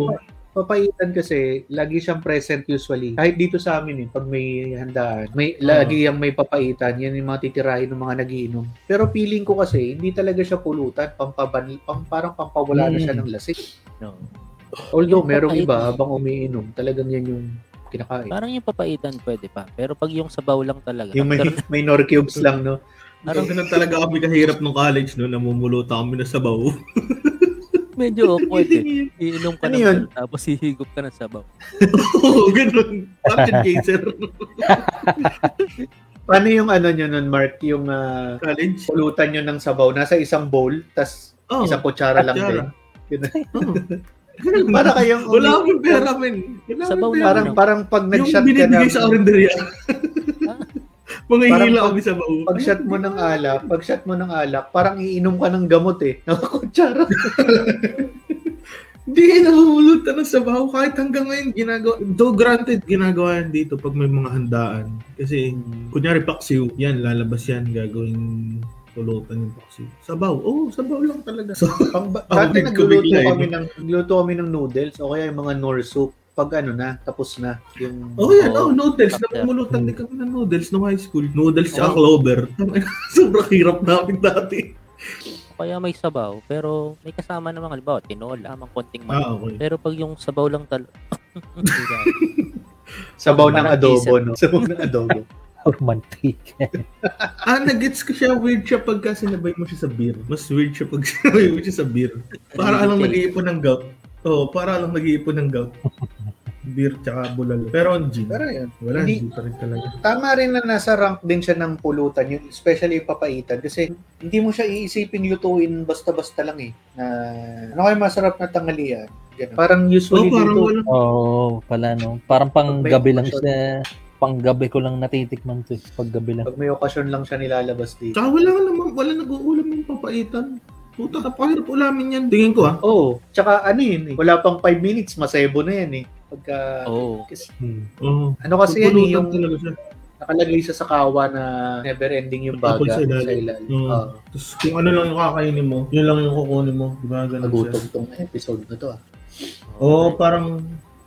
Papaitan kasi, lagi siyang present usually. Kahit dito sa amin eh, pag may handaan, may, lagi yung may papaitan. Yan yung mga titirahin ng mga nagiinom. Pero feeling ko kasi, hindi talaga siya pulutan. Pampaban, pam, parang pampawala na siya
Mm.
ng lasik.
No.
Although,
Yung
merong
papaitan.
iba habang umiinom, talagang yan yung kinakain.
Parang yung papaitan pwede pa. Pero pag yung sabaw lang talaga.
Yung may,
after-
may nor cubes lang, no?
Parang ganun talaga kami kahirap nung college no, namumulutan kami ng sabaw.
medyo awkward
[laughs]
[laughs]
eh. Iinom ka
Ano
ng
yun?
beer, tapos hihigop ka ng sabaw.
Oo, ganun. Action cancer
Paano yung ano nyo nun, Mark? Yung ah,
college.
pulutan nyo ng sabaw, nasa isang bowl, tas
Oh,
isang kutsara lang
kutsara.
din.
ganun.
[laughs] Para kayong...
wala akong pera, men. Wala akong
Sabaw
pera.
lang.
Parang, parang pag
Yung
nag-shot ka
binibigay
ng...
sa orinderya.
[laughs]
Mga
Parang
hila
pag-
kami sa bawo.
Pag shot mo ng alak, pag shot mo ng alak, parang iinom ka ng gamot eh. [laughs] Nakakutsara.
Hindi, namumulutan ng sabaw. Kahit hanggang ngayon, ginagawa. Though granted, ginagawa yan dito pag may mga handaan. Kasi, kunyari paksiw, yan, lalabas yan, gagawin pulutan yung paksiw. Sabaw. Oo, oh, sabaw lang talaga. So,
Pang,
Ah,
dati
with
nagluluto
Kubig Lime.
kami ng, nagluto kami ng noodles o kaya yung mga nor soup. Pag ano na, tapos na. Yung...
oh, yan. Oh,
Oo.
noodles.
Sakto.
Namumulutan din kami ng noodles nung high school. Noodles tsaka
Oo.
clover. [laughs] Sobrang hirap namin dati.
Kaya may sabaw, pero may kasama naman halimbawa, tinola, mang konting manok.
Ah, okay.
Pero pag yung sabaw lang [laughs] talaga,
Sabaw ng
Parang
adobo, no? Sabaw ng adobo.
Or mantika.
Ah, nag-gets ko siya. Weird siya pag sinabay mo siya sa beer. Mas weird siya pag [laughs] sinabay mo siya sa beer. Para alang nag-iipon ng gout. Oo, para alang nag-iipon ng gout. Beer tsaka bulalo. Pero ang gin.
[laughs] Pero yun.
Wala,
Hindi-
hindi pa rin talaga.
Tama rin na nasa rank din siya ng pulutan, yung especially yung papaitan kasi hindi mo siya iisipin lutuin basta-basta lang eh. Na ano kayo masarap na tanghalian? Ganun. Parang
Oo, Oh,
usually
parang
dito,
wala.
Oo, oh, pala no. Parang pang
Pag may
gabi lang
occasion.
siya. Pang gabi ko lang natitikman to. eh. Pag gabi lang.
pag may okasyon lang siya nilalabas dito.
Tsaka wala naman, wala nag-uulam ng papaitan. Puta, napakahirap ulamin yan. Tingin ko ah.
Oo. Oh, tsaka ano yun eh, wala pang 5 minutes, masebo na yan eh. Pagka,
Oo.
kasi,
Hmm.
Oo.
ano kasi yan eh,
Oh, Pupulutan
yung
talaga siya.
nakalagay siya sa kawa na never ending yung
Tapos
baga
sa
sa
ilalim. Hmm.
ilalim. Ah,
Oo.
Oo.
Tapos kung ano lang yung kakainin mo, yun lang yung kukunin mo. Diba ganun siya?
Nagutom tong episode na to ah.
Oo,
Oh.
parang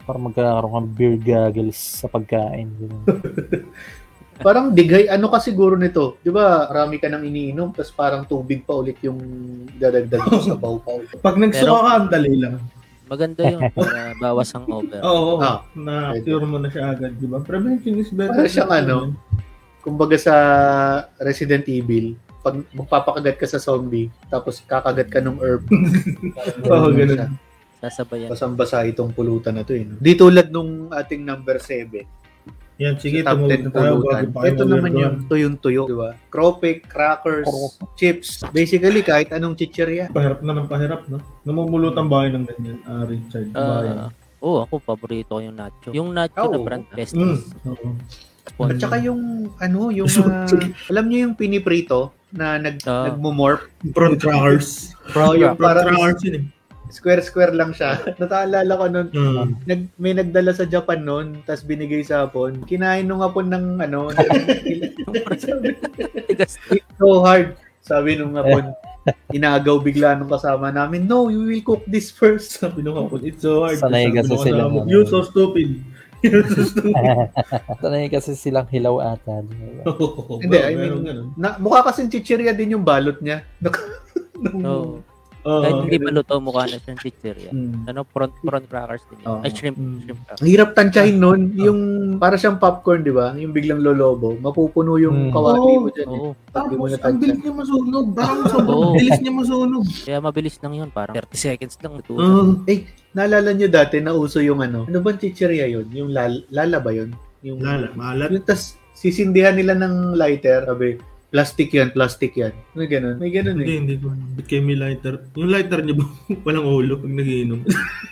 Para magkakaroon kang beer goggles sa pagkain. [laughs] Ganun.
Parang digay, ano ka siguro nito? Di ba, marami ka nang iniinom, tapos parang tubig pa ulit yung dadagdag mo sa baw pa ulit.
pag nagsuka
Pero-
ka, ang dali lang.
maganda yun para bawas ang over.
Oo,
Ah,
na
pwede.
cure mo na siya agad, di ba? Prevention is better.
Para siyang
than-
ano. Kumbaga sa Resident Evil, pag magpapakagat ka sa zombie, tapos kakagat ka ng herb.
[laughs] Oo,
Parang ganun
ganun.
siya.
Sasabayan.
Basang-basa itong pulutan na to eh. no? Di tulad nung ating number 7.
Yan, sige,
top
tumawag
10
na tayo bago
pulutan.
pa kayo
Ito naman
mag-weird
yung tuyong-tuyo, di ba? Crope, crackers,
Crope.
chips. Basically, kahit anong chichirya.
doon. Pahirap na ng pahirap, no? Namumulot ang bahay ng ganyan, ah, Richard. bayan.
Ah, Oo, ako paborito ko yung nacho. Yung nacho na
Oo.
brand, best
Mm.
is
oo.
At
one.
saka yung, ano,
[laughs]
yung, ah, alam niyo yung piniprito na nag,
Ah.
nagmumorph?
Prawn crackers.
Bro,
[laughs]
yung
Prawn
Ah, parang
crackers yun
square-square lang siya. Nataalala ko nun,
eh. Mm.
nag, may nagdala sa Japan noon, tapos binigay sa Hapon. Kinain nung Hapon ng ano,
[laughs] Tigas.
it's so hard. Sabi nung
[laughs]
Hapon, inagaw bigla nung kasama namin, no, you will cook this first. [laughs]
Sabi nung kapon, it's so hard.
Sanay
Sabi
kasi
nung
sila,
kasama,
ano.
You're so stupid. [laughs] You're so stupid.
Tanay kasi silang hilaw ata. di ba?
Hindi, I mean-
Meron ganun.
Na, mukha kasing chichirya din yung balot niya. Nak- nung-
No.
Oo.
Kahit hindi pa luto, mukha na siyang chichirya.
Mm.
Ano, prawn, prawn crackers din yun.
Oo.
Ay, shrimp.
Mm.
Shrimp crackers.
Ang hirap tantyahin
Ah.
nun, yung para siyang popcorn, di ba? Yung biglang lolobo, mapupuno yung
Mm.
kawali mo
Oh.
dyan. eh.
Hmm. Oo.
Pag di mo
Tapos, ang
natantya.
bilis niya masunog.
[laughs]
Parang sobrang
Oo.
bilis niya masunog.
Kaya mabilis lang yun. Parang 30 seconds lang. luto.
Oo.
Naalala nyo dati, nauso yung ano, ano bang chichirya yun? Yung lal- lala ba yun? Yung
Lala, maalat.
Yung tas sisindihan nila ng lighter, sabi, Plastic yan, plastic yan. May ganun. May ganun
Hindi,
eh.
hindi ko. Ba't kayo may lighter? Yung lighter niyo ba [laughs] walang ulo pag nagiinom?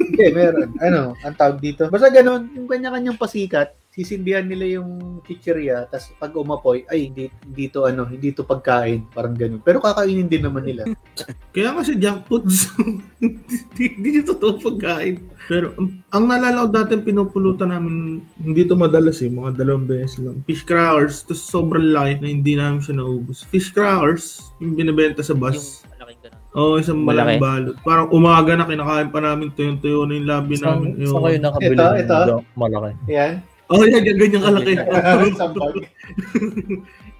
Hindi, meron. Ano, ang tawag dito. Basta ganun, yung kanya-kanyang pasikat, sisindihan nila yung chichirya, tapos pag umapoy, ay, hindi, hindi to ano, hindi to pagkain. Parang ganun. Pero kakainin din naman nila.
Kaya kasi junk foods. [laughs] Hindi hindi niya totoo pagkain. Pero um, ang nalala ko dati pinupulutan namin, hindi to madalas eh, mga dalawang beses lang. Fish crackers, to sobrang light na hindi namin siya naubos. Fish crackers, yung binibenta sa
Yung
bus.
malaking ganun.
Oo, oh, isang
Malaki.
malaking balot. Parang umaga na kinakain pa namin tuyong-tuyo na yung labi
Saan,
namin.
saan kayo nakabili?
Ito,
ng
ito.
ga- Malaki.
[laughs]
Yan.
Oo, oh, yan, yan, ganyan kalaki.
[laughs] Isang bag.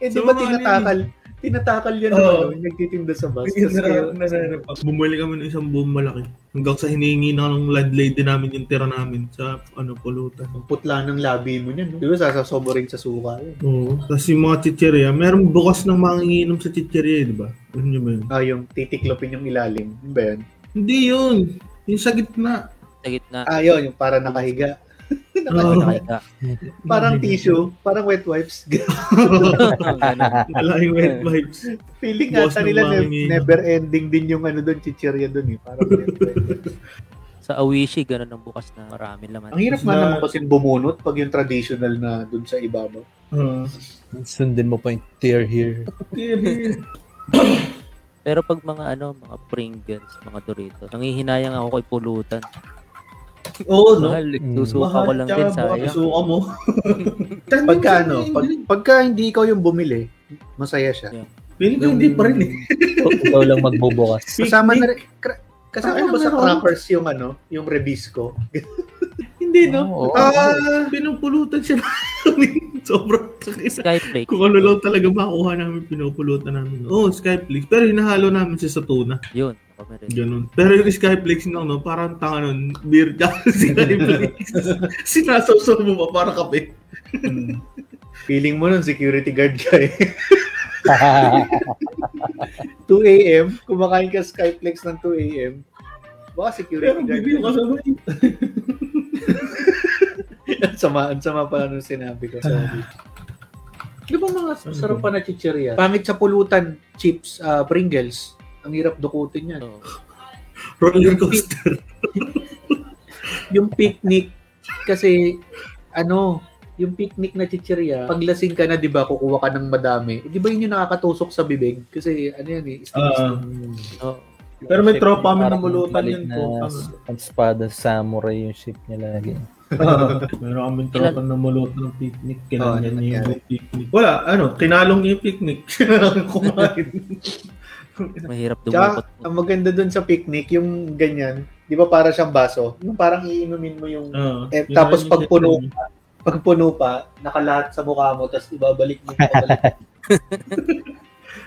eh, di ba
So, mga ano
tinatakal? Tinatakal yan
Oo.
naman, yung nagtitinda sa bus.
Yun,
Tapos kayo-
nararap- nararap ako. [laughs] Bumili kami ng isang buong malaki. Hanggang sa hiningi na ng landlady namin yung tira namin sa ano pulutan.
putla ng labi mo niyan. no? Di ba sasasoborin sa suka yun?
Oo. Tapos yung mga chichirya, merong bukas ng manginginom sa chichirya, di ba? Alam niyo ba yun?
Ah, yung titiklopin yung ilalim. Yun ba yun?
Hindi yun. Yung sa gitna.
Sa gitna.
Ah, yun, yung para nakahiga. [laughs]
Oo.
Oh.
[laughs] Nakahiga.
Parang tissue, parang wet wipes. [laughs]
Ganun.
[laughs] Wala yung wet wipes.
Feeling
Boss
ata
ng
nila
mangingin.
never ending din yung ano doon, chichirya doon eh. Parang wet wipes.
[laughs]
Sa Awishi, ganun ang bukas na maraming laman.
Ang hirap nga naman kasi bumunot pag yung traditional na doon sa ibabaw. [laughs]
Oo.
Sundin mo pa yung tear here.
Pero pag mga ano, mga Pringles, mga Doritos, nangihinayang ako kay pulutan.
Oo,
Mahal, susuka ko lang din, sayang.
Suka
[laughs]
mo.
Pagka ano, pag, pagka hindi ikaw yung bumili, masaya siya.
Piling ko hindi pa rin
[laughs]
eh.
Ikaw lang
[laughs]
magbubukas.
Kasama na rin, kra- kasama
Saan
ba sa
meron?
crackers yung ano, yung rebisco?
Hindi, no?
Oo. [laughs]
Ah, pinupulutan siya namin. [laughs] Sobrang takis.
Skyflake.
Kung ano lang talaga makuha namin, pinupulutan namin. Oo, oh, Skyflix. Pero hinahalo namin siya sa tuna.
Yun. ako na rin.
Ganun. Pero yung Skyflex nung, no, parang tanga nun, beer [laughs] ka [laughs] Skyflex. Sinasawsaw mo pa para kape.
Feeling mo nun, security guard ka eh. 2 a.m., kumakain ka Skyflex ng 2 a.m., baka security
Pero
guard
bibili
ka.
ka sabay.
Ang [laughs] sama, ang sama pa nung sinabi ko. Sorry. Di ba mga sarap pa na chichirya? Pangit sa pulutan, chips, ah, Pringles. Ang hirap dukutin yan.
So,
Roller [laughs] coaster.
Yung picnic, kasi ano, yung picnic na chichirya, paglasing ka na, di ba, kukuha ka ng madami. Eh, di ba yun yung nakakatusok sa bibig? Kasi ano yan eh,
Oo.
oh,
Pero may
Yung shape
tropa
niya
kami na
parang
mulutan
maliit
yun
na
po.
s- Ang espada samurai yung ship niya lagi.
Meron kami tropa na mulutan ng picnic.
Oo,
Kailangan
ano
niya
nangyari?
yung picnic. Wala, ano, kinalong niya yung picnic. [laughs] Kailangan kumain.
mahirap
Tsaka,
dumukot.
ang maganda dun sa picnic, yung ganyan, di ba para siyang baso? Yung parang iinumin mo yung
Oo.
Eh,
Yun
tapos
lang yung
pagpuno.
sinabi Ah, niya.
pagpuno pa, nakalahat sa mukha mo, tapos ibabalik mo pabalik.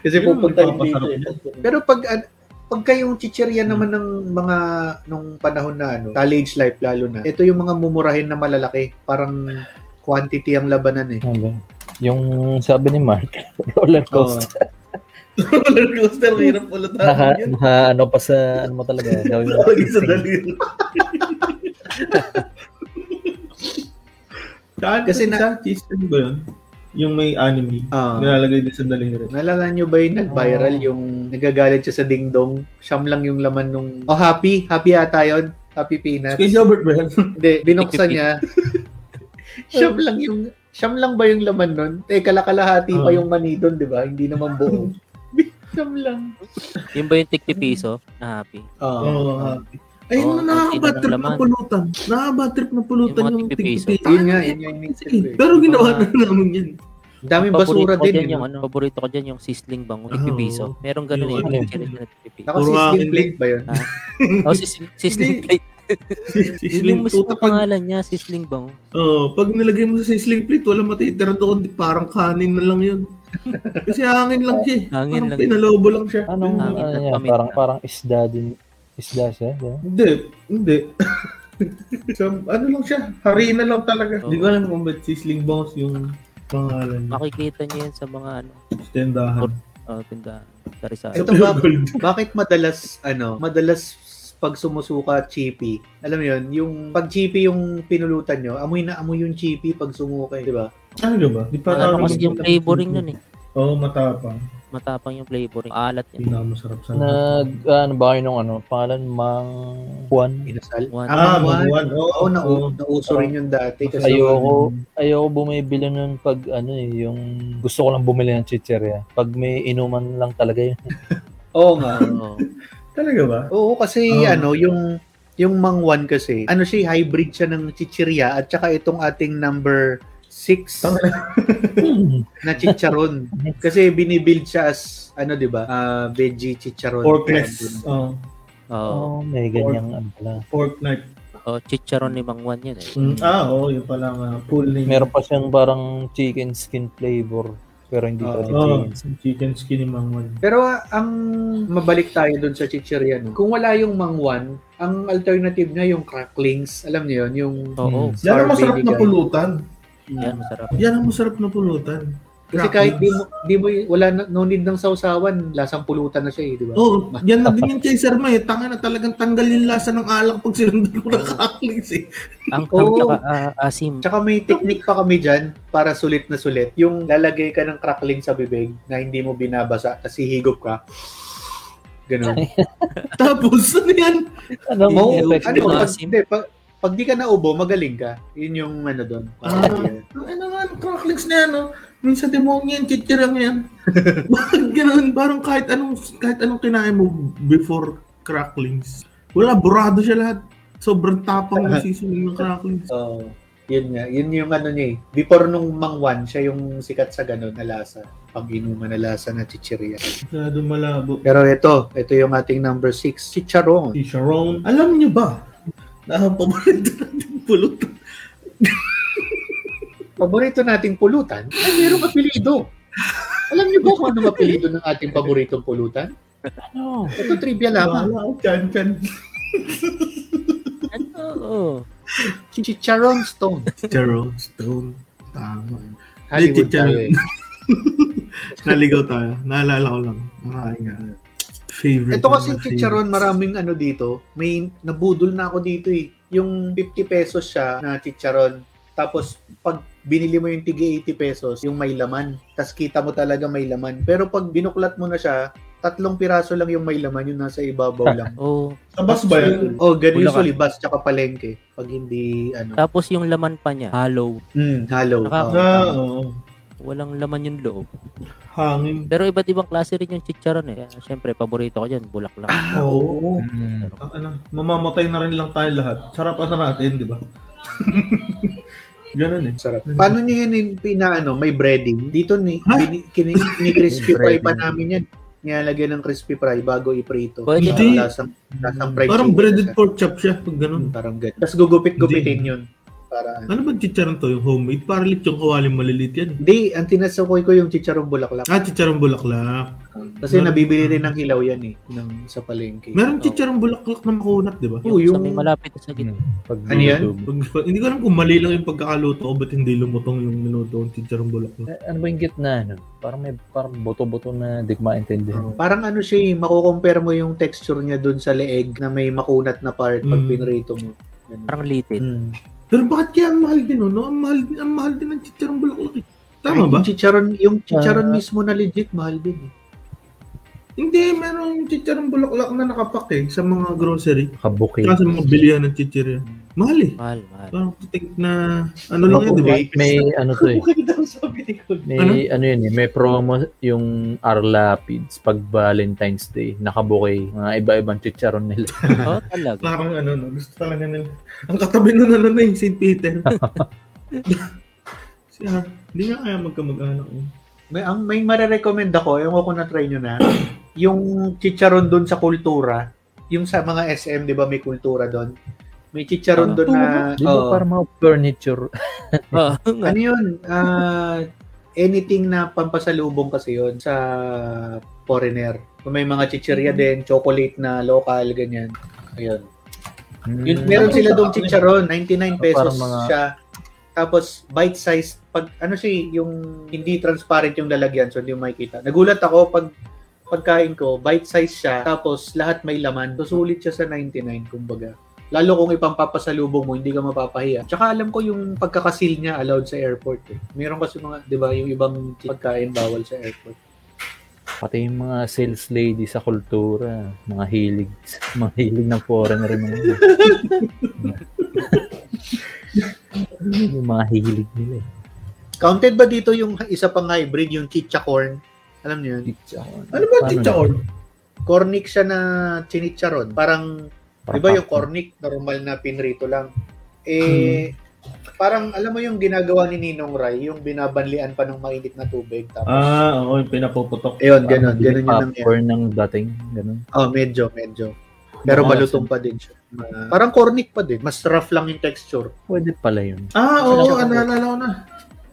Kasi
Yun,
pupunta yung dito.
magpapasarap
eh. Pero pag, an- pagka yung chichirya
Hmm.
naman ng mga, nung panahon na ano, college life lalo na, ito yung mga mumurahin na malalaki. Parang quantity ang labanan eh.
Ano ba? Yung sabi ni Mark, [laughs] roller
Ano
coaster.
Roller coaster, hirap pulutan.
naka,
yun.
naka, ano pa sa, ano mo
[laughs]
talaga, gawin mo.
Lagi sa daliri. Saan
Kasi
kasi na
na-
cheese ano ba yun? Yung may anime.
Ah.
Nilalagay din sa daliri.
Nalala nyo ba yung nag-viral
Oh.
yung nagagalit siya sa dingdong? Siyam lang yung laman nung... Oh, happy! Happy ata yun. Happy peanut.
Kay Robert ba yun?
Hindi, binuksan niya. [laughs] siyam lang yung siyam lang ba yung laman nun? Eh, kalakalahati pa
Oo.
yung mani doon, di ba? Hindi naman buo. [laughs] siyam lang.
Yun ba yung tiktipiso? Na happy.
Oo.
Oo. Ay,
Ah.
oh,
Oo,
nakakabad
ang
trip
laman.
na pulutan. Nakakabad trip na pulutan
Yung mga
yung
tigpipiso.
tigpipiso.
Yun nga, yun nga yung naisip ko
Sige,
eh.
Pero ginawa na
Mga-
namin
[laughs]
yan.
Daming
Paborito
basura
ko
din.
dyan
eh.
yung ano, paborito ko dyan yung sizzling bango, tiktipiso.
Ah, Oo.
Merong
Yun.
ganun yung tiktipiso na tiktipiso.
Naka
Puro akin
sizzling plate ba yun?
Oh, sis- sizzling plate. Yun
Sisling
yung mas
tuta. Pag,
pangalan niya, sizzling bango.
oh, pag nilagay mo sa sisling plate, wala matitira doon. Di- Parang kanin na lang yun. Kasi hangin lang siya. eh.
Hangin
Parang
lang.
pinalobo lang siya.
Anong,
Yun.
Hangin
ano
na
niya,
paminta.
parang, parang isda din. Isda siya, di ba?
Hindi, hindi. [laughs] so, ano lang siya, harina lang talaga.
Oo.
Hindi ko alam kung ba't sisling boss yung pangalan niya.
Makikita niyo yan sa mga ano,
Tendahan.
uh, tindahan. Sa Rizal.
Ito ba? Bakit madalas, ano, madalas pag sumusuka chippy, alam mo yun, yung pag chippy yung pinulutan nyo, amoy na amoy yung chippy pag sumuka, eh, di ba?
Ano ba? Di pa
Ano kasi yung flavoring
nun
nun eh.
Oo, Oo, matapang.
Matapang yung flavoring. Alat
Ah.
yan.
Pinakamasarap sa
Nag, ano ba yun yung ano, pangalan, Mang Juan?
Inasal.
One.
Ah,
Juan.
buwan.
Oo,
Oo,
na,
oo.
nauso rin yung dati. Kasi
Ayoko, ayoko bumibili nun pag ano eh, yung gusto ko lang bumili ng chicherya. Pag may inuman lang talaga
[clears throat]
yun.
Oo nga.
Oo.
Talaga ba?
Oo, kasi
Oo.
ano, yung yung mangwan kasi, ano siya, hybrid siya ng chichirya at saka itong ating number 6 na
[laughs]
chicharon. kasi binibuild siya as, ano di ba, ah, veggie chicharon.
Porkless. Oo.
Oo.
Oh.
Oo, may ganyang ano pala.
pork knife.
Oh, chicharon ni Mang Juan yun eh.
Mm, Ah, oo, yun pala nga. Full name.
Meron pa siyang parang chicken skin flavor. Pero hindi
Oo.
pa rin
Oo,
chicken skin.
Ah, chicken skin ni Mang Juan.
Pero ah, ang mabalik tayo dun sa chichirya, no? kung wala yung mangwan, ang alternative niya yung cracklings. Alam niyo yun, yung...
Oo.
Yan ang Oh, masarap
Sour baby
na
guy.
pulutan. Mm.
Yan, masarap.
Yan ang masarap na pulutan.
Kasi kahit di mo, di mo, wala, na- no need ng sausawan, lasang pulutan na siya eh, di ba?
Oo, oh, yan na din
[laughs]
yung chaser mo eh. Tanga na talagang tanggal yung lasa ng alak pag sinundo ko ng kaklis eh. [laughs]
Ang
Oo.
tangka asim.
Tsaka may technique pa kami dyan para sulit na sulit. Yung lalagay ka ng crackling sa bibig na hindi mo binabasa kasi higop ka. Ganun.
Tapos, ano yan?
Ano
Mo,
may effect
ano,
ba?
pag, hindi, pag, pag di ka naubo, magaling ka. Yun yung ano doon.
Ah. Ano nga, ang cracklings na yan, oh. Minsan demonyo yan, chichirang yan. [laughs] Bakit ganun? Parang kahit anong, kahit anong kinain mo before cracklings. Wala, burado siya lahat. Sobrang tapang
[laughs]
ng seasoning ng cracklings.
So, yun nga. Yun yung ano niya eh. Before nung mangwan, siya yung sikat sa ganun na lasa. Pag-inuman na lasa na chichirya.
Masyado malabo.
Pero ito, ito yung ating number 6, chicharon.
Si Sharon. Alam niyo ba, na ang paborito natin pulutan.
paborito nating pulutan ay merong apelido. Alam niyo ba kung anong apelido ng ating paboritong pulutan?
Ano?
Ito trivia lamang.
Wala, chan chan.
Ano? Oo.
Chicharon stone.
Chicharon stone. Tama.
[laughs] Hollywood
Chicharon.
tayo eh.
Naligaw tayo. Naalala ko lang. Ay, nga. Favorite.
Ito kasi
na favorite.
chicharon, maraming ano dito. May nabudol na ako dito eh. Yung 50 pesos siya na chicharon. Tapos pag binili mo yung tigi 80 pesos, yung may laman. Tapos kita mo talaga may laman. Pero pag binuklat mo na siya, tatlong piraso lang yung may laman, yung nasa ibabaw lang.
Oo.
Sa bus ba yan?
Oh, ganun
Bulacan.
usually, bus tsaka palengke. Pag hindi, ano,
Tapos yung laman pa niya, hollow.
Mm, hollow.
Nakaka-
Ah, oo.
Walang laman yung loob.
Hangin.
Pero iba't ibang klase rin yung chicharon eh. Kaya, Siyempre, paborito ko dyan, bulaklak.
Oo.
Mm.
Ah, ano, mamamatay na rin lang tayo lahat. Sarapan na natin, di ba? [laughs] Ganun eh.
Sarap. Paano niyo yun yung pinaano, may breading? Dito ni,
Ha?
bini, kini, ni crispy fry
Breading.
pa namin yan. Nilalagyan ng crispy fry bago iprito.
Pwede.
Parang
Hindi.
lasang, lasang fried
Parang
chicken
breaded
siya.
pork chop siya. Pag ganun.
Mm, Parang ganun. Tapos gugupit-gupitin
Hindi.
yun. Para ano.
Ano ba chicharon to? Yung homemade? Para lechong kawaling maliliit yan. eh.
Hindi, ang tinasakoy ko yung chicharong bulaklak.
Ah, chicharon bulaklak.
Kasi
Meron-
nabibili rin ng hilaw yan eh, ng, sa palengke.
Meron chicharon bulaklak na makunat, di ba?
Oo, yung-
yung, sa may malapit sa gitna.
Hmm.
Pag
Ano yan?
dulo-dulo.
Pag- hindi ko alam kung mali lang yung pagkakaluto ko, ba't hindi lumutong yung minuto ng chicharon bulaklak.
Eh, Ano ba yung gitna? Ano? Parang may parang boto-boto na di ko maintindihan.
Parang ano siya eh, makukompare mo yung texture niya dun sa leeg na may makunat na part pag
Mm.
pinrito mo. Ganun.
Parang litid.
Hmm.
Mm.
Pero bakit kaya ang mahal din, no? Ang mahal, ang mahal din ng chicharon bulaklak. eh. Tama
Ay,
ba?
Yung chicharon, yung chicharon
Ah.
mismo na legit, mahal din. eh.
Hindi, merong chicharon bulaklak na nakapak eh, sa mga grocery.
Kabukid.
Tsaka sa mga bilihan ng chichirya. Mahal eh.
Mahal, [laughs] mahal.
Parang titik na, ano lang yun, di ba?
May ano to eh.
Okay daw sabi ni Col.
May
Ano?
ano, yun eh, may promo yung Arlapids pag Valentine's Day, nakabuke mga iba-ibang chicharon nila.
Oo, talaga.
Parang ano, no? gusto talaga nila. Ang katabi nun, ano na yung St. [laughs] Peter. Siya, hindi nga kaya magkamag-anak eh.
May, ang, may marerecommend ako, yung ako na-try nyo na, [clears throat] yung chicharon doon sa kultura, yung sa mga SM, di ba may kultura doon? May chicharon doon na,
Di ba
Oo.
parang mga furniture?
Oo, nga.
ano yun, Ah, anything na pampasalubong kasi yun sa foreigner. Kung May mga chichirya
Mm.
din, chocolate na local, ganyan. Ayun. [laughs] Yun,
Mm.
meron sila doon chicharon, 99 pesos
Ah, Parang mga-
siya. Tapos bite size pag ano siya yung hindi transparent yung lalagyan so hindi mo makikita. Nagulat ako pag pagkain ko, bite size siya tapos lahat may laman. So sulit siya sa 99 kumbaga. Lalo kung ipampapasalubong mo, hindi ka mapapahiya. Tsaka alam ko yung pagkakasil niya allowed sa airport. Eh. Meron kasi mga, di ba, yung ibang pagkain bawal sa airport.
Pati yung mga sales lady sa kultura, mga hilig, mga hilig ng foreigner mga yun. [laughs] yung mga hilig nila. eh.
Counted ba dito yung isa pang hybrid, yung chicha corn? Alam niyo yun?
Chicha.
Ano ba
Paano
chicha
na?
or?
Cornic siya na chinicharon. Parang Di ba yung cornic, normal na pinrito lang. Eh, parang alam mo yung ginagawa ni Ninong Ray, yung binabanlian pa ng mainit na tubig. Tapos,
Ah, oo, yung pinapuputok.
ayun, ganun,
Parang
ganun yun ang
popcorn ng dating. Ganun.
Oh, medyo, medyo.
Mga-
Pero malutong pa din siya. Parang cornic pa din. Mas rough lang yung texture.
Pwede pala yun.
Ah, oo,
Ano
ah,
siya?
naalala ko na.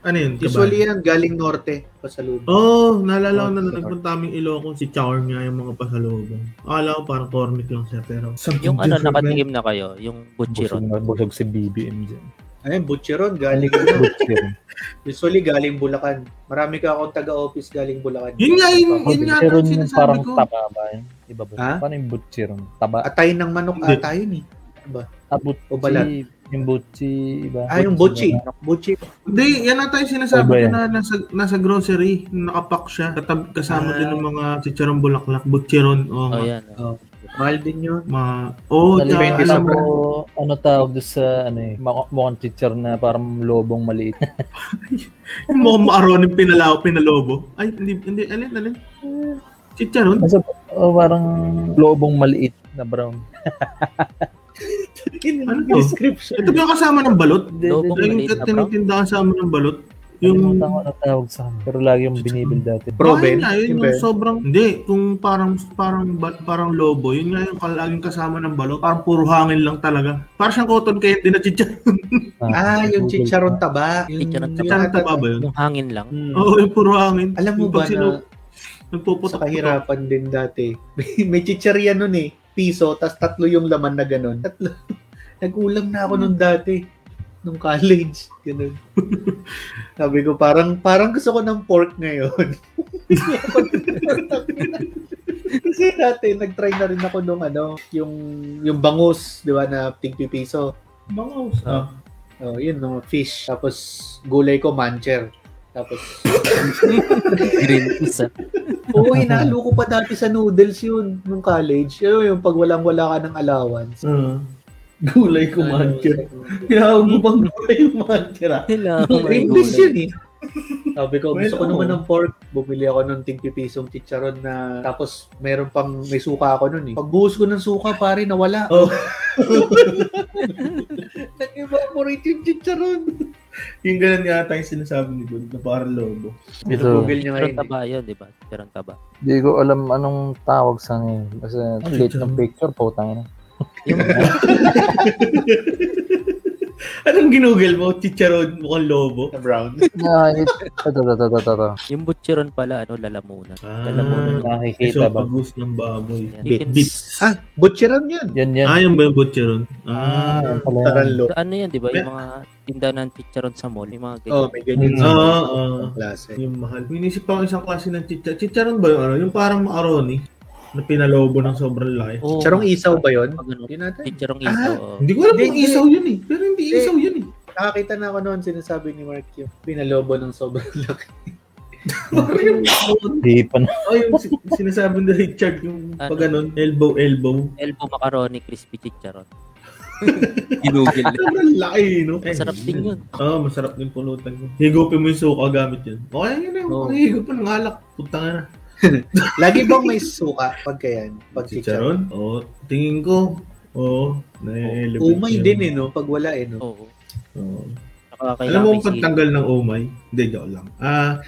Ano yun? kabal?
Usually yan, galing norte, pasalubong.
Oo, oh, naalala ko na
Oh,
nung nagpunta kaming Ilocos, si Charm nga yung mga pasalubong. Akala ko parang cornic lang siya, pero...
Yung ano, nakatikim na kayo, yung
Busog,
Buchiron.
na busog si BBM dyan.
Ayun, butcheron, [laughs] galing. ano,
Butcheron.
Usually, galing Bulacan. Marami ka akong taga-office galing Bulacan.
Yun nga, yun, yun nga
Butcheron
ang
yung
sinasabi
parang
ko.
taba ba yun? Iba ba?
Ha?
Paano yung butcheron? Taba?
Atay ng manok
Hindi.
ata yun eh.
Ah, butchi.
O balat.
Yung butchi. Iba.
Ah, yung butchi. Butchi.
Hindi, yan ata yung sinasabi
Iba
ko
yan.
na nasa, nasa grocery, nakapak siya. Katab, kasama
Ah.
din ng mga chicharong bulaklak, butcheron, o
Oh,
oh,
yan.
Mahal din [laughs] yun.
mga... Oo, oh,
Alam
Depende
alam
sa
mo,
mo, ano tawag doon sa, ano eh, muk- mukhang teacher na parang lobong maliit.
yung [laughs] mukhang maaronin pinalaw, pinalobo. Ay, hindi, hindi, alin, alin. Chicharon?
Kasi, oh, parang lobong maliit na brown.
Ano to?
Description.
Ito ba yung kasama ng balot?
Hindi,
Lobong
hindi,
Laging
maliit na brown?
tinitinda kasama ng balot.
Yung...
Yung...
Kalimutan ko ano tawag sa akin. Pero lagi yung binibil dati.
Ay,
Proven?
nga, yun
Yung
yung
Ben?
sobrang... Hindi, kung parang parang ba- parang lobo, yun nga yung kalaging kasama ng balot. Parang puro hangin lang talaga. Parang siyang cotton candy na chicharon.
Ah, yung
Google [laughs]
chicharon taba. Yung
Chicharon taba.
Chicharon taba ba yun?
[laughs] Yung hangin lang.
Hmm.
Oo, yung puro hangin.
Alam mo
Yung
ba
pag sinu-
na sa
Nagpuputok.
kahirapan din dati, [laughs] may, may chicherya nun eh, piso, tas tatlo yung laman na ganun. Tatlo. [laughs] Nag-ulam na ako nung dati, nung college. Ganun. [laughs] Sabi ko, parang parang gusto ko ng pork ngayon. [laughs] Kasi dati, nag-try na rin ako nung ano, yung, yung bangus, di ba, na tigpi piso.
Bangaw. Ah.
Oh, yun, no, fish. Tapos, gulay ko, mancher. Tapos,
Green peas. ah.
[laughs] oo, inalo ko pa dati sa noodles yun nung college. Yun, yung pag walang-wala ka ng allowance.
Ah.
Gulay
ko, mancher.
Tinawag mo pang gulay yung mancher, ah.
[laughs] Hello, oh my
English
God.
yun, eh. Sabi ko, gusto ko
Well,
naman
oo.
ng pork. Bumili ako ng tigpipisong chicharon na tapos meron pang may suka ako nun eh. Pagbuhos ko ng suka, pare, nawala.
Oh.
[laughs] Nag-evaporate yung chicharon.
Yung ganun yata yung sinasabi ni Good na parang lobo.
Ito,
Google niya
Chicharon
ngayon.
taba yun, di ba? Chicharon taba.
Hindi ko alam anong tawag sa ngayon. Kasi ang
Ano
late
yun?
ng picture po, tayo na.
Anong ginugol mo? Chicharon mukhang lobo?
eh. Brown.
Ah, it, ito, ito, ito, ito, ito.
Yung Buchiron pala, ano, lalamunan.
Ah.
Lalamunan.
Nakikita
Iso
ba?
pagus ng baboy.
Yan.
Bits.
Chicken-
Bits.
Ah, butcheran yun.
Yan, yan.
Ah, yung ba yung butcheron?
Ah,
Ah.
yan pala yan.
Taralo.
Ano yan, di ba? Yung mga tinda ng chicharon sa mall, yung mga ganyan.
Oh, may ganyan
Oo,
sa
oo.
Oh. klase.
Yung mahal. Inisip pa ako isang klase ng chicha. Chicharon ba yung ano? Yung parang macaroni na pinalobo ng sobrang laki.
Oo.
Charong isaw ba yun?
Pag ano,
Yun natin.
Chicharong
Ah.
ito. oo.
Hindi ko alam
Hindi,
kung
hindi.
isaw yun eh. Pero hindi
Hindi.
isaw yun eh.
Nakakita na ako noon, sinasabi ni Mark yung pinalobo ng sobrang [laughs] laki.
Parang yung
Di pa na.
Oh, yung si- sinasabi ni Richard yung
Ano?
pag ganun, elbow, elbow.
Elbow macaroni crispy chicharon. Ginugil.
Sobrang laki, no?
Ano? Masarap din yun.
Oo, masarap din pulutan ko. Higupin mo yung suka gamit yun. Okay, yun na.
Oo.
Oh. Higupin ng alak. Punta ka na.
Lagi bang may suka pag kayan? Pag chicharon?
Chicharon? Oo. tingin ko. Oo. na-elevate
Umay
yun.
din eh, no? Pag wala eh, no?
Oo.
Oo. Alam mo
Saka kailangan may
ang pagtanggal ng umay? Hindi, joke lang. Ah,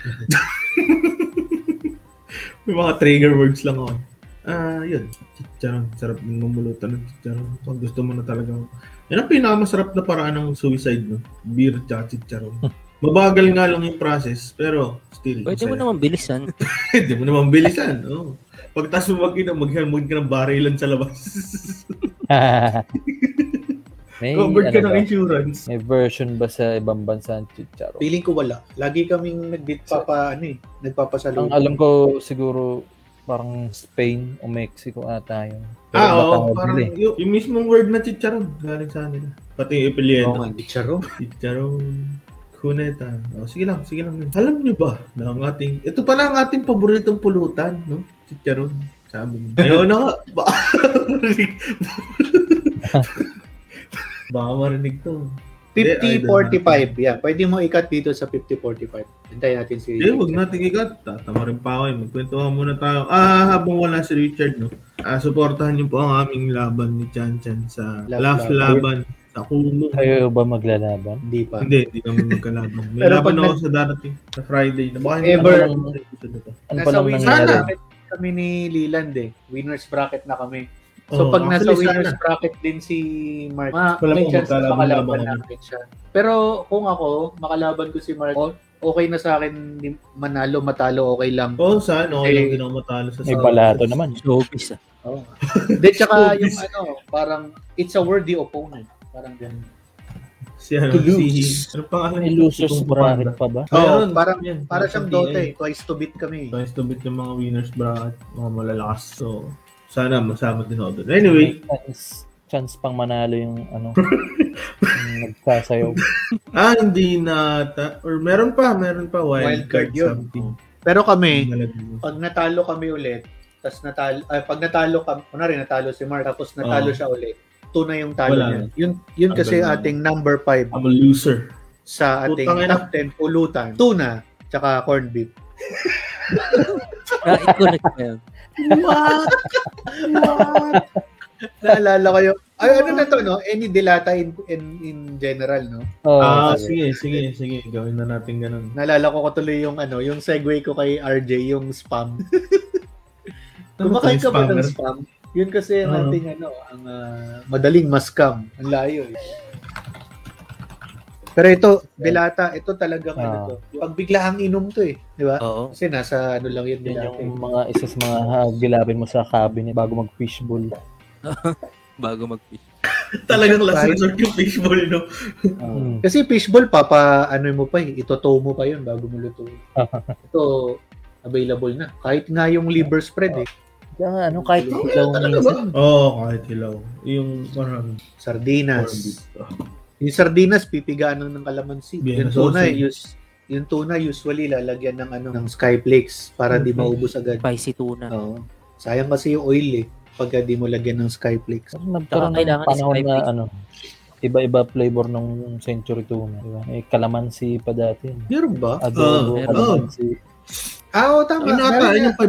[laughs] may mga trigger words lang ako. Ah, yun. Chicharon. Sarap ng mamulutan ng chicharon. Pag gusto mo na talaga. Yan ang pinakamasarap na paraan ng suicide, no? Beer at chicharon. Mabagal nga lang yung process, pero still.
sili. Pwede mo
masaya.
naman
[laughs]
bilisan.
Hindi mo naman bilisan. Oh. Pagtas mo mag ina, maghamon ka ng barilan sa labas.
[laughs] may,
Covered ka
ano
ng
ba?
insurance.
may version ba sa ibang bansa ng chicharo?
Feeling ko wala. Lagi kaming nagpapa, ano eh,
Ang
nagpapasalubong.
alam ko siguro Parang Spain o Mexico ata yun.
Ah,
Pero
oo.
matangad
Parang
nila eh.
yung, yung mismong word na chicharon galing sa nila. Pati yung
Oo
epilyeto.
nga, Charo.
Chicharon. Kuneta. Oh, sige lang, sige lang. Alam niyo ba na ang ating, ito pala ang ating paboritong pulutan, no? Chicharon. Sabi niya. Ayun na nga. [laughs] Ba- [laughs] Baka marinig to. Hindi, idol
50-45. Yeah, pwede mo ikat dito sa 50-45. Hintayin natin si...
Hindi, huwag natin ikat. Tatama rin pa ako. eh. Magkwentuhan muna tayo. Ah, habang wala si Richard, no? Ah, supportahan niyo po ang aming laban ni Chan Chan sa
Laugh
Laugh Laban sa Kumu.
Kayo ba maglalaban?
Hindi pa.
Hindi, hindi kami magkalaban. May
Pero
laban
pag
ako sa darating. Sa Friday. Na baka hindi
Ever.
ako makakapag-episode na to.
Ano pa lang
winners
nangyari?
Sana.
bracket kami ni Leland eh. Winners bracket na kami.
Oo,
So pag nasa
actually,
winners
sana.
bracket din si Mark, ma-
Wala
may
pong
chance na
magkalaban-laban
makalaban
kami.
natin siya. Pero kung ako, makalaban ko si Mark, o- okay na sa akin di- manalo, matalo, okay lang.
Oo, sana. Okay
Eh,
lang din ako matalo sa
May
sa-
balato naman.
Showbiz ah.
Oh. De, tsaka [laughs]
Showbiz.
yung ano, parang it's a worthy opponent. Parang ganun.
Si ano,
To
si...
lose.
Ano pa alam
May losers bracket pa ba?
Oo, parang- Para siyang Dota eh. Twice to beat kami. eh.
Guys, to beat ng mga winners bracket, mga malalakas. So, sana masama din ako doon. Anyway,
Chance, chance pang manalo yung
[laughs]
ano, yung nagsasayaw.
Ah, hindi na ata. Or meron pa, meron pa.
Wild card
Wildcard
yun. Eh.
something.
Pero kami,
Nalagyan.
pag natalo kami ulit, tas natalo, ay, pag natalo kami, kunwari natalo si Mark, tapos natalo
Oo.
siya ulit, two na yung talo
Wala
niya. Yun, yun
Ang
kasi
ganun.
ating number 5
I'm a loser.
sa ating
Putang ina.
top 10 pulutan. Tuna, tsaka corned beef.
Na-connect na yun.
What? What? [laughs] Naalala ko yung, ay ano na to, no? Any dilata in, in, in general, no?
[laughs]
Oh,
ah,
sabi.
sige, sige, sige. Gawin na natin ganun.
Naalala ko ko tuloy yung ano, yung segue ko kay RJ, yung [laughs] spam. Kumakain ka ba ng spam? Yun kasi ang
Oo.
ating ano, ang ah, madaling mascam. Ang layo eh. Pero ito, Delata, ito talagang ano to. Pagbiglaang inom to eh. Di ba?
Oo.
Kasi nasa ano lang yun,
Yan
Delata.
yung
eh.
mga isa sa mga hagilapin mo sa cabinet bago mag-fishbowl.
Bago mag-pitch.
Talagang last resort yung fishball, no?
Mm.
Kasi fishball, papa, ano mo pa eh, itotow mo pa yun bago mo [laughs] lutuin. ito, available na. Kahit nga yung liver spread eh.
Kaya nga, ano, kahit
Oh,
ikaw minsan,
Oo, oh, kahit hilaw. Yung parang corned beef.
Sardinas.
Ah,
Yung sardinas, pipigaan ng eh. kalamansi.
Vienna
Yung tuna,
sausage.
use, yung tuna usually lalagyan ng ano ng skyflakes para di
Mhm.
maubos agad.
Spicy tuna.
Hmm. Oo. Sayang kasi yung oil eh pagka di mo lagyan ng Skyflakes.
Parang nagkaroon
Saka kailangan
ng panahon
skype
na
fix.
ano, iba-iba flavor ng century tuna. Diba? May calamansi pa dati. ano.
Meron ba?
Adobo,
meron.
calamansi,
Ah, oo, tama.
Ano ata?
Meron
Ayun
yan.
yung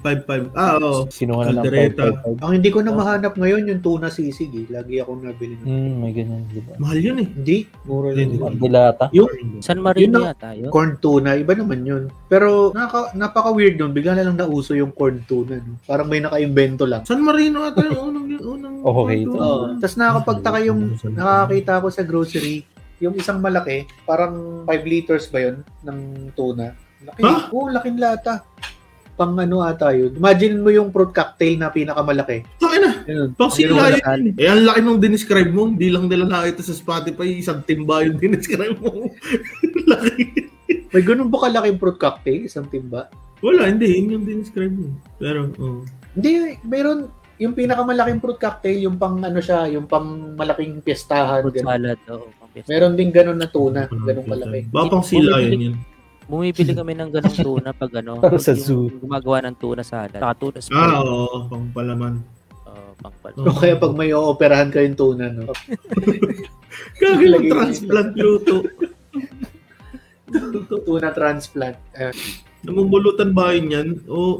555. 555. Ah, oo.
sinuha na ng
Caldereta.
555.
Ang hindi ko na mahanap ngayon yung tuna sisig eh. Lagi akong nabili. nun.
Mm, may ganyan, di ba?
Mahal yun eh.
Hindi, mura
Hindi,
lang.
hindi.
Ang dilata.
San Marino
Yun
yata yun.
Corn tuna, iba naman yun. Pero naka, napaka-weird nun. Bigla na lang nauso yung corn tuna. No? Parang may naka-invento lang.
San Marino ata yung unang yun. Unang
Okay, ito.
Oo. Tapos nakakapagtaka yung nakakita ko sa grocery, yung isang malaki, parang 5 liters ba yun ng tuna? Laki.
Ha?
Oo, laking lata. Pang ano ata yun. Imagine mo yung fruit cocktail na pinakamalaki.
Saka na.
Yun.
Pang sila
Ang
yun. Eh, ang laki nung dinescribe mo. Hindi lang nila nakita sa Spotify. Isang timba yung dinescribe mo. [laughs] laki.
May ganun ba kalaking fruit cocktail? Isang timba?
Wala, hindi. Yun yung dinescribe mo. Pero, oh.
Hindi, mayroon yung pinakamalaking fruit cocktail, yung pang ano siya, yung pang malaking piyestahan.
Fruit
Ganun.
salad. Oo, pang-pitch.
Meron din ganun na tuna, ganun kalaki.
Baka pang sila yun yun.
Bumibili kami ng ganong tuna pag
[laughs]
ano.
Para sa
yung
zoo.
Gumagawa ng tuna salad. Saka tuna
Ah,
spread.
oo. pang palaman.
Oo, pang-pal.
O kaya pag may ooperahan kayong tuna, no?
Gagawin transplant luto.
Tuna transplant. Eh,
Namumulutan ba yun yan? O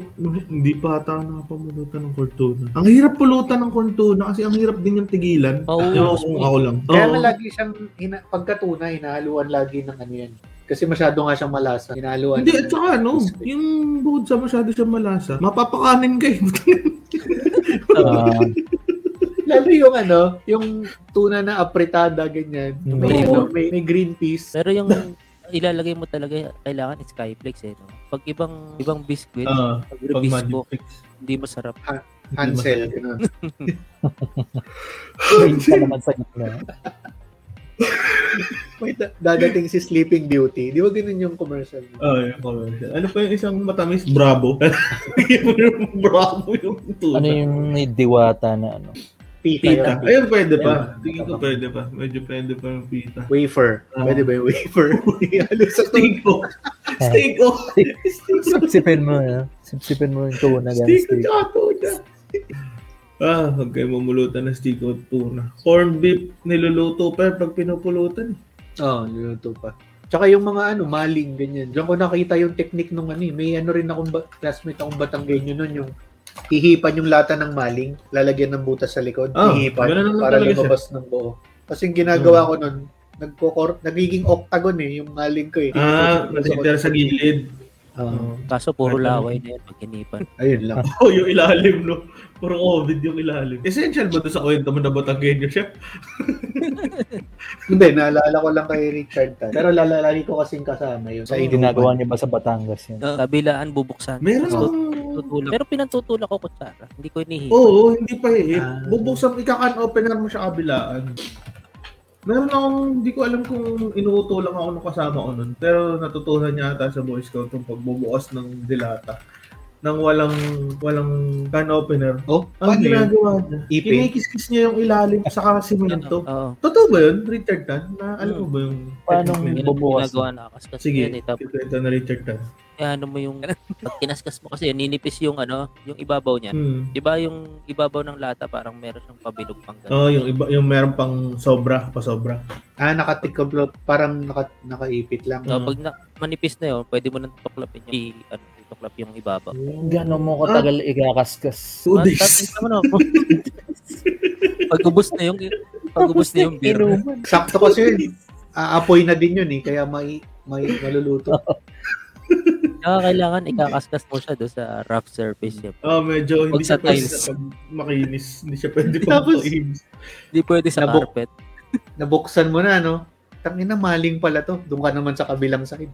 hindi pa ata ako nakapamulutan ng kortuna. Ang hirap pulutan ng kortuna kasi ang hirap din yung tigilan.
Oo.
Ewan ko [laughs] kung ako lang.
Kaya
Oo.
nga lagi siyang, hina, pagkatuna, hinahaluan lagi ng ano yan. Kasi masyado nga siyang malasa. Hinahaluan.
Hindi,
ng-
at saka ano, yung bukod sa masyado siya malasa, mapapakanin kayo.
Ah,
Lalo yung ano, yung tuna na apritada, ganyan.
Mm.
May, ano, may, may green peas.
Pero yung ilalagay mo talaga kailangan is skyflex eh. No? Pag ibang ibang biscuit,
[laughs] Ah,
pag
pag
rubisco,
magic fix.
hindi masarap.
Hansel. Ganun.
[laughs]
may isa naman sa gitna.
Wait, da- dadating si Sleeping Beauty. Di ba ganun yung commercial?
Oh, yung commercial. Ano pa yung isang matamis? Bravo. [laughs] yung bravo yung tuna.
Ano yung may diwata na ano?
Pita.
Pita.
yun.
Ayun, pwede pa. Tingin ko pwede pa. Medyo pwede pa yung pita.
Wafer.
Ah.
Pwede ba yung wafer? [laughs] Halo sa
Steak
tubig.
ko. Steak ko. Steak ko.
Sipsipin mo na. Sipsipin mo yung tuna.
Steak ko
Steak.
tsaka tuna. Ah, huwag kayo mamulutan ng steak o tuna. Corn beef niluluto pa pag pinupulutan. eh.
Oo, oh, niluto pa. Tsaka yung mga ano, maling, ganyan. Diyan ko nakita yung technique nung ano eh. May ano rin akong ba- classmate akong Batanggenyo nun yung hihipan yung lata ng maling, lalagyan ng butas sa likod,
Ah,
hihipan
ganun naman
para
talaga siya.
lumabas ng buo. Kasi yung ginagawa ko nun, nagkokor, nagiging octagon eh, yung maling ko eh.
Ah, nasitira sa gilid. [laughs]
Oo,
Oo.
Kaso puro
Ay,
laway na yun,
[laughs]
pagkinipan.
ayun lang.
Oh, yung ilalim, no? Puro COVID yung ilalim. Essential ba to sa kwento mo na Batanggenyo siya?
Hindi, naalala ko lang kay Richard Tan. Pero lalalarin ko kasing kasama yun. Sa
Ginagawa niya ba sa Batangas yun?
Kabilaan bubuksan.
Ah. Meron
Tapos
akong...
tutulak. Pero pinantutulak ko kutsara. Hindi ko inihi.
Oo, oh, hindi pa eh.
Ah.
Bubuksan, ikakan opener mo siya kabilaan. Meron akong, hindi ko alam kung inuuto lang ako ng kasama ko nun. Pero natutunan niya ata sa Boy Scout yung pagbubukas ng dilata. Nang walang, walang can opener.
Oh,
Ang
paano yun?
ginagawa niya,
Ipin?
kinikis-kis niya yung ilalim sa
Oo.
simento.
Ano, Oo.
Totoo ba yun, Richard Tan? Na, alam mo ba yung...
Paano
technique na yun?
mo- Bubukas.
Ginagawa na kasi kasi
Sige,
yun eh. Tapos
ito na Richard Tan.
ano mo yung... Pag kinaskas mo kasi, ninipis yung ano, yung ibabaw niya.
Hmm.
Di ba yung ibabaw ng lata, parang meron siyang pabilog pang ganun.
Oo, Oh, yung iba yung meron pang sobra, pa sobra.
Ah, nakatikablo. Parang naka, nakaipit lang.
So,
Mm.
pag na- manipis na yun, pwede mo nang tuklapin yung, i- ano, tuklap yung ibabaw.
Gano'n mo katagal ikakaskas?
Two
Ah,
days. [laughs]
tatay naman ako. pag ubus na yung, pag ubus na yung beer.
Sakto kasi yun. Aapoy na din yun eh. Kaya may, may maluluto.
Kaya kailangan ikakaskas mo siya doon sa rough surface niya.
Oh, medyo hindi
Huwag sa
siya pwede
tiles.
sa pag makinis. Hindi siya [laughs] pwede pag
Tapos-
makinis.
Hindi pwede sa
Nabuk-
carpet.
Nabuksan mo na, no? Tangina, maling pala to. Doon ka naman sa kabilang side.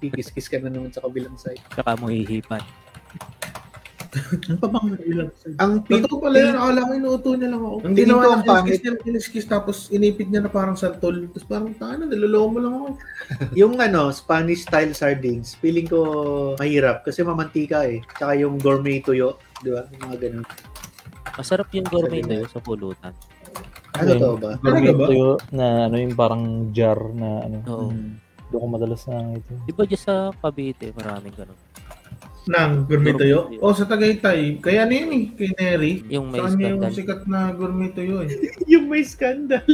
Kikis-kis ka na naman sa kabilang side.
Saka mo hihipan.
Ano pa bang ilang side?
Ang pit,
Totoo pala yun, akala ko inuuto niya lang ako.
Ang
Ang
tingin
ginawa
ko ang
niya,
pangit.
kiniskis niya, kiniskis, tapos inipit niya na parang santol. Tapos parang, tayo na, niloloko mo lang ako.
yung ano, Spanish style sardines, feeling ko mahirap kasi mamantika eh. Tsaka yung gourmet tuyo, di ba? Yung Mga ganun.
Masarap yung gourmet na yun sa pulutan.
Ano to ba? [laughs]
Talaga ba?
Tuyo na ano yung parang jar na ano.
Oo.
Mm. Doon ko madalas na ito.
Di ba dyan sa Cavite, maraming ganun.
Nang, gourmet tayo. O, sa Tagaytay. Kaya na yun eh, kay Neri.
Yung may
Sa kanya yung
scandal.
sikat na gourmet tuyo eh. [laughs]
yung may scandal.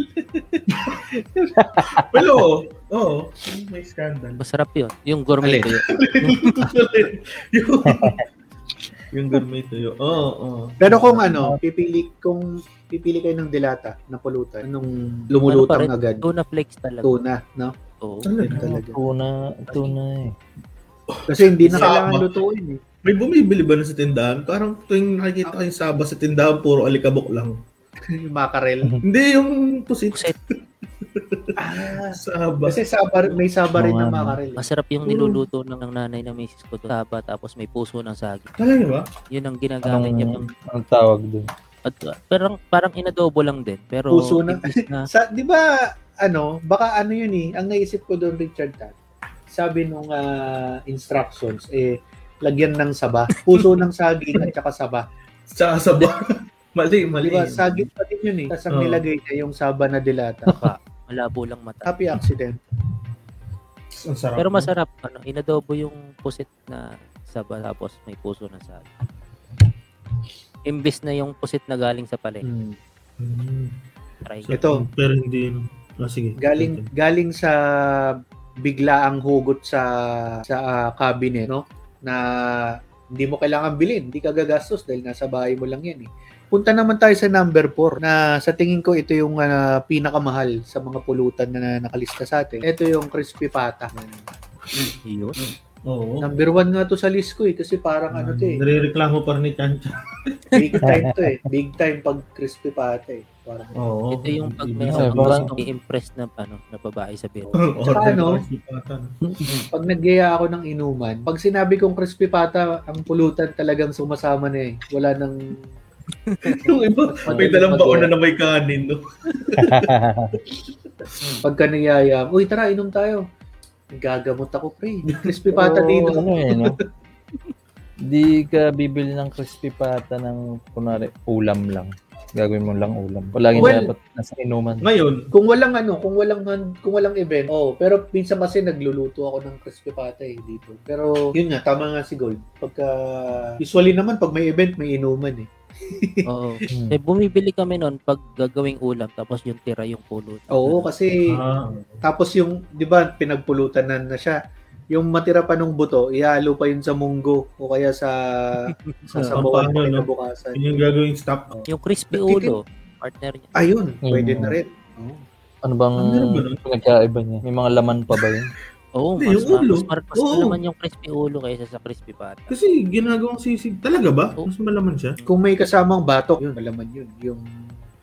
Pero, oo. Oo, Oh, may scandal. [laughs]
Masarap yun. Yung gourmet
Alin?
tuyo. [laughs]
yung, yung gourmet tuyo.
Oh,
Oo, oo.
Pero kung ano, pipili, kung pipili kayo ng dilata na pulutan, anong lumulutang
Ano pa
agad?
Tuna flakes talaga.
Tuna, no?
Oo.
Talaga.
Talaga.
Tuna, tuna eh.
Kasi hindi na
Sama.
kailangan lutuin eh. [laughs]
May bumibili ba na sa tindahan? Parang tuwing nakikita ko yung saba sa tindahan, puro alikabok lang.
Yung mackerel.
Hindi, yung pusit
Pusit.
Ah,
saba.
kasi sabar, may sabar rin ng
Oo, ano.
mackerel. eh.
Masarap yung
Mm.
niluluto ng, ng nanay na misis ko doon. Taba, tapos may puso ng sagi.
Talaga ba?
Yun ang ginagamit niya.
ano?
Anong, anong tawag doon?
At, uh, parang, parang inadobo lang din. Pero,
Puso na.
imbis na-
Sa, di ba, ano, baka ano yun eh, ang naisip ko doon, Richard Tan, sabi nung ah, instructions, eh, lagyan ng saba, puso ng saging at saka saba.
Sa saba. [laughs] mali,
Di
mali.
ba, saging pa din yun eh. Tapos ang
Oo.
nilagay niya yung saba na dilata.
baka, malabo lang mata.
Happy accident.
Ang sarap.
Pero masarap. Ano, inadobo yung pusit na saba tapos may puso na sagi. Imbis na yung pusit na galing sa palengke.
Hmm.
Hmm.
Try nyo.
Ito,
Pero hindi yun. Ah, sige.
galing galing sa biglaang hugot sa sa ah, cabinet, no? Na hindi mo kailangan bilhin, hindi ka gagastos dahil nasa bahay mo lang 'yan eh. Punta naman tayo sa number 4 na sa tingin ko ito yung ah, pinakamahal sa mga pulutan na nakalista sa atin. Ito yung crispy pata.
Yun.
Oo.
Number 1 nga to sa list ko eh kasi parang ano to
Mm.
eh,
Nare-reklamo pa rin ni Chancha.
big time to eh. Big time pag crispy pata eh. Parang
Oo.
Ito yung pag may
Oo,
isang
parang-
[laughs]
gustong i-impress na, ano, na babae sa biro.
Order
ano?
ng sipatan.
pag nagyaya ako ng inuman, pag sinabi kong crispy pata, ang pulutan talagang sumasama na eh. Wala nang
[laughs] Yung iba, may dalang baon na na may kanin, no?
Pagka niyaya, uy tara, inom tayo. Gagamot ako, pre. [laughs] Crispy pata oh.
Oo,
dito.
Ano eh,
[laughs]
no? Di ka bibili ng crispy pata ng, kunwari, ulam lang. Gagawin mo lang ulam. Palagi
Well- eh,
dapat nasa inuman.
Ngayon,
Kung walang ano, kung walang hand- kung walang event. Oh, pero minsan kasi nagluluto ako ng crispy pata eh dito. Pero yun nga tama nga si Gold. Pagka usually naman pag may event may inuman eh.
Oo.
Hmm.
Eh, bumibili kami noon pag gagawing ulam tapos yung tira yung pulot.
Oo, kasi
ah,
tapos yung 'di ba pinagpulutan na, na siya. Yung matira pa nung buto, ihalo pa yun sa munggo o kaya
[laughs]
sa sa
Sa Ah,
sabawan
pampano,
mo
no?
bukasan.
yun yung gagawing stop.
Yung crispy
Nagtitin-
ulo, partner niya.
Ayun, pwede
Mm.
na rin. Oh.
Ano bang
Ano meron ba nun?
pinagkaiba niya? Eh. May mga laman pa ba yun?
Oo,
Hindi,
mas,
yung
ma-
ulo.
mas, mar- mas
Oo.
malaman yung crispy ulo kaysa sa crispy pata.
Kasi ginagawang sisig. Talaga ba?
Oh.
Mas malaman siya.
Kung may kasamang batok, yun, malaman yun. Yung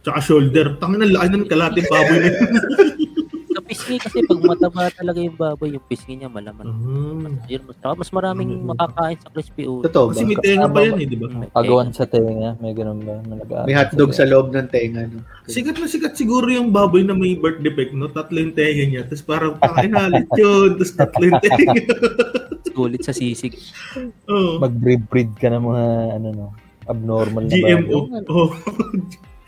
Tsaka shoulder. Tangin na laan ng kalating baboy na yun.
Sa pisngi kasi pag mataba talaga yung baboy, yung pisngi niya malaman.
Ah.
Yun, mas, saka mas maraming
Mm-hmm.
Mm.
makakain sa crispy ulo.
totoo ba?
Kasi may tenga pa yan eh, di ba?
Mm.
Agawan sa tenga? May ganun ba? May, nag-aaral
May hotdog sa loob ng tenga. No?
Sikat na sikat siguro yung baboy na may birth defect, no? Tatlo yung tenga niya. Tapos parang pakinalit yun. Tapos tatlo yung tenga. Oh,
Gulit sa sisig.
Oo.
Mag-breed-breed ka ng mga ano no? Abnormal na
GMO.
bagay.
Oh.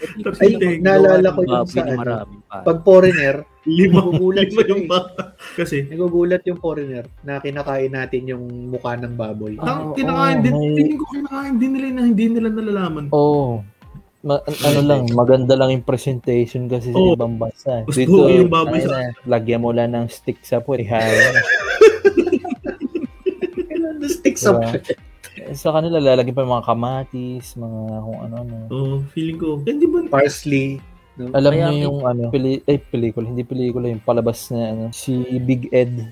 Tatlo
Ay,
yung tenga.
naalala ko yung sa
baboy na
ano.
marami pa.
Pag
[laughs]
foreigner,
Lima.
nagugulat
Lima
siya
yung
eh.
bata. Kasi,
nagugulat yung foreigner na kinakain natin yung mukha ng baboy.
Ah.
tang,
Oo,
kinakain din,
may-
feeling ko kinakain din nila yun na hindi nila nalalaman.
Oo. Ma- an- ano lang, maganda lang yung presentation kasi sa
Oo.
ibang bansa.
Gusto ko yung baboy
ayun
sa-
na, lagyan mo lang ng stick sa puwet. Ihalo.
Stick sa
Diba? sa kanila, lalagyan pa yung mga kamatis, mga kung ano. ano.
Oo, Oh, feeling ko. Hindi ba?
parsley. No?
Alam
Kaya-
niyo yung ano, peli, eh, pelikula, hindi pelikula, yung palabas na ano, si Big Ed.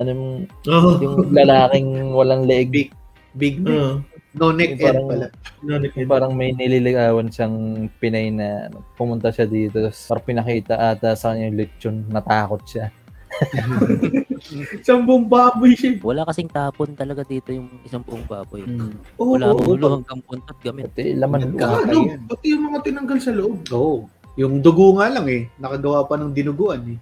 Anong,
Oo. [laughs]
yung lalaking walang leeg,
Big- Big neck.
Oo.
No neck end
Yung parang-
pala.
Nanakit.
parang may nililigawan siyang Pinay na ano, pumunta siya dito, tapos parang pinakita ata sa kanya yung lechon, natakot siya.
Isang buong baboy siya.
Wala kasing tapon talaga dito yung isang buong baboy.
Mm.
Hmm. Oo,
Wala
oo, oo.
ulo hanggang puntot gamit.
Pati laman
Nagka-
Ah,
ulo.
Oh, ano? Pati yung mga tinanggal sa loob.
Oo. Yung dugo nga lang eh. Nakagawa pa ng [laughs] dinuguan eh.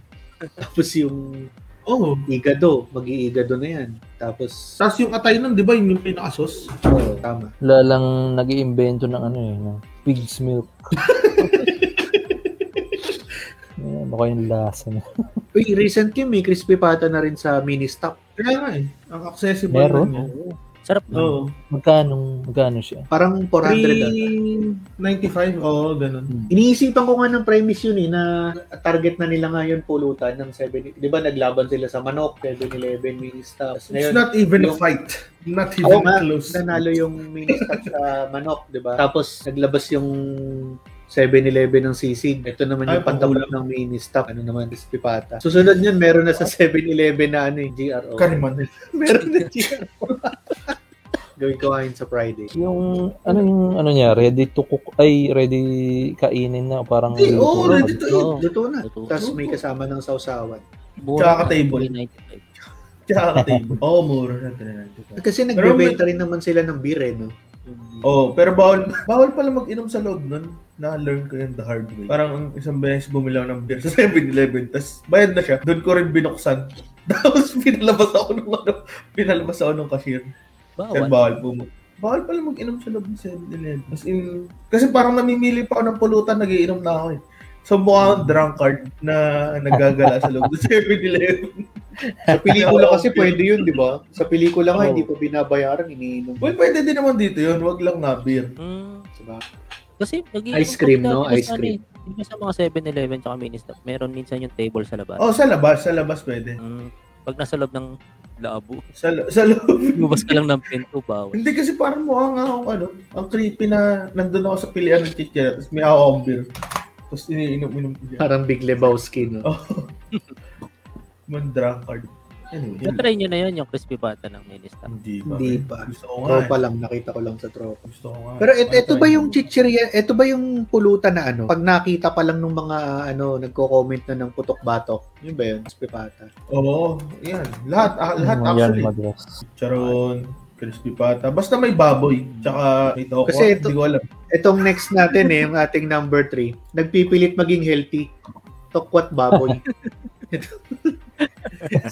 Tapos yung
Oo.
igado, mag-iigado na yan. Tapos,
Tapos yung atay nun, di ba? Yung pinakasos.
oh, tama.
Lalang nag iimbento ng ano eh, ng pig's milk. Ayan, baka yung lasa na.
Uy, recently may crispy pata na rin sa mini stop.
Kaya nga eh. Ang accessible
Meron?
na niya.
Sarap. nun.
Oo. ah.
Magkano, magkano siya?
Parang 400 ata.
395, oo, ganun.
Hmm. Iniisipan ko nga ng premise yun eh, na target na nila ngayon pulutan ng 7, di ba naglaban sila sa manok, 7-11 mini stops.
It's
Ngayon,
not even a
Yung-
fight. Not
Oo
even
nga,
close.
nanalo yung mini stops sa manok, di ba? Tapos naglabas yung 7-11 ng sisig. Ito naman
Ay,
yung pantapat ng mini stop. Ano naman, Pipata. Susunod yun, meron [laughs] na sa 7-11 na ano yung GRO.
Kariman.
meron [laughs]
[laughs]
na GRO. Gawin ko ngayon sa Friday.
Yung ano yung ano niya, ready to cook ay ready kainin na parang
Hindi,
luto
oo,
na.
ready to eat.
Oo.
Oh, Luto na.
Totoo.
Tapos may kasama ng sausawan.
Tsaka
Mura na,
table.
395.
[laughs] Tsaka table. Oo, mura na 395.
Kasi
Pero may-
nagbebenta rin naman sila ng beer eh, no? [laughs]
Oo, pero bawal, [laughs] bawal pala mag-inom sa loob nun. Na-learn ko yun the hard way. Parang ang isang beses bumili ako ng beer sa 7-Eleven, tapos bayad na siya. Doon ko rin binuksan. [laughs] Tapos pinalabas ako ng ano, pinalabas ako ng cashier.
Oh,
Kasi
Bawal.
bawal po. mag- Bawal pala mag-inom sa loob ng 7-Eleven. As in, kasi parang namimili pa ako ng pulutan, nagiinom na ako eh. So mukha akong drunkard na nagagala sa loob ng [laughs] 7-Eleven.
Sa pelikula kasi pwede yun, di ba? Sa pelikula nga,
Oo.
hindi pa binabayaran, iniinom.
Well, pwede din naman dito yun. Wag lang na beer.
Mm,
Diba?
kasi naging
Ice cream, no? Ice cream.
Diba sa mga 7-Eleven tsaka mini stop, meron minsan yung table sa labas.
Oh, sa labas. Sa labas pwede.
Mm, pag nasa loob ng labo, [laughs]
Sa, sa loob. [laughs]
lumabas ka lang ng pinto, bawal.
Hindi kasi parang mukha nga akong ano, ang creepy na nandun ako sa pilihan ng chichira, tapos may ako akong beer. Tapos iniinom-inom ko siya.
Parang Big Lebowski, no?
Oh. Man drunkard. Anyway.
Na-try nyo na yun, yung crispy pata ng mini stop.
Hindi ba?
Hindi pa.
Gusto ko nga.
Tropa
eh.
lang, nakita ko lang sa tropa.
Gusto ko nga.
Pero et, eto
Ano
ba
tayo?
yung chichirya, eto ba yung pulutan na ano? Pag nakita pa lang ng mga ano, nagko-comment na ng putok-batok. Yun ba yun? Mas pipata.
Oo. Yan. Lahat, ah, lahat
Ano yan,
actually. Hmm.
madras.
Charon. crispy pata. Basta may baboy, tsaka may toko.
Kasi ito-
Hindi ko alam.
Itong next natin eh, yung ating number 3. Nagpipilit maging healthy. Tokwat
[laughs]
baboy. [laughs]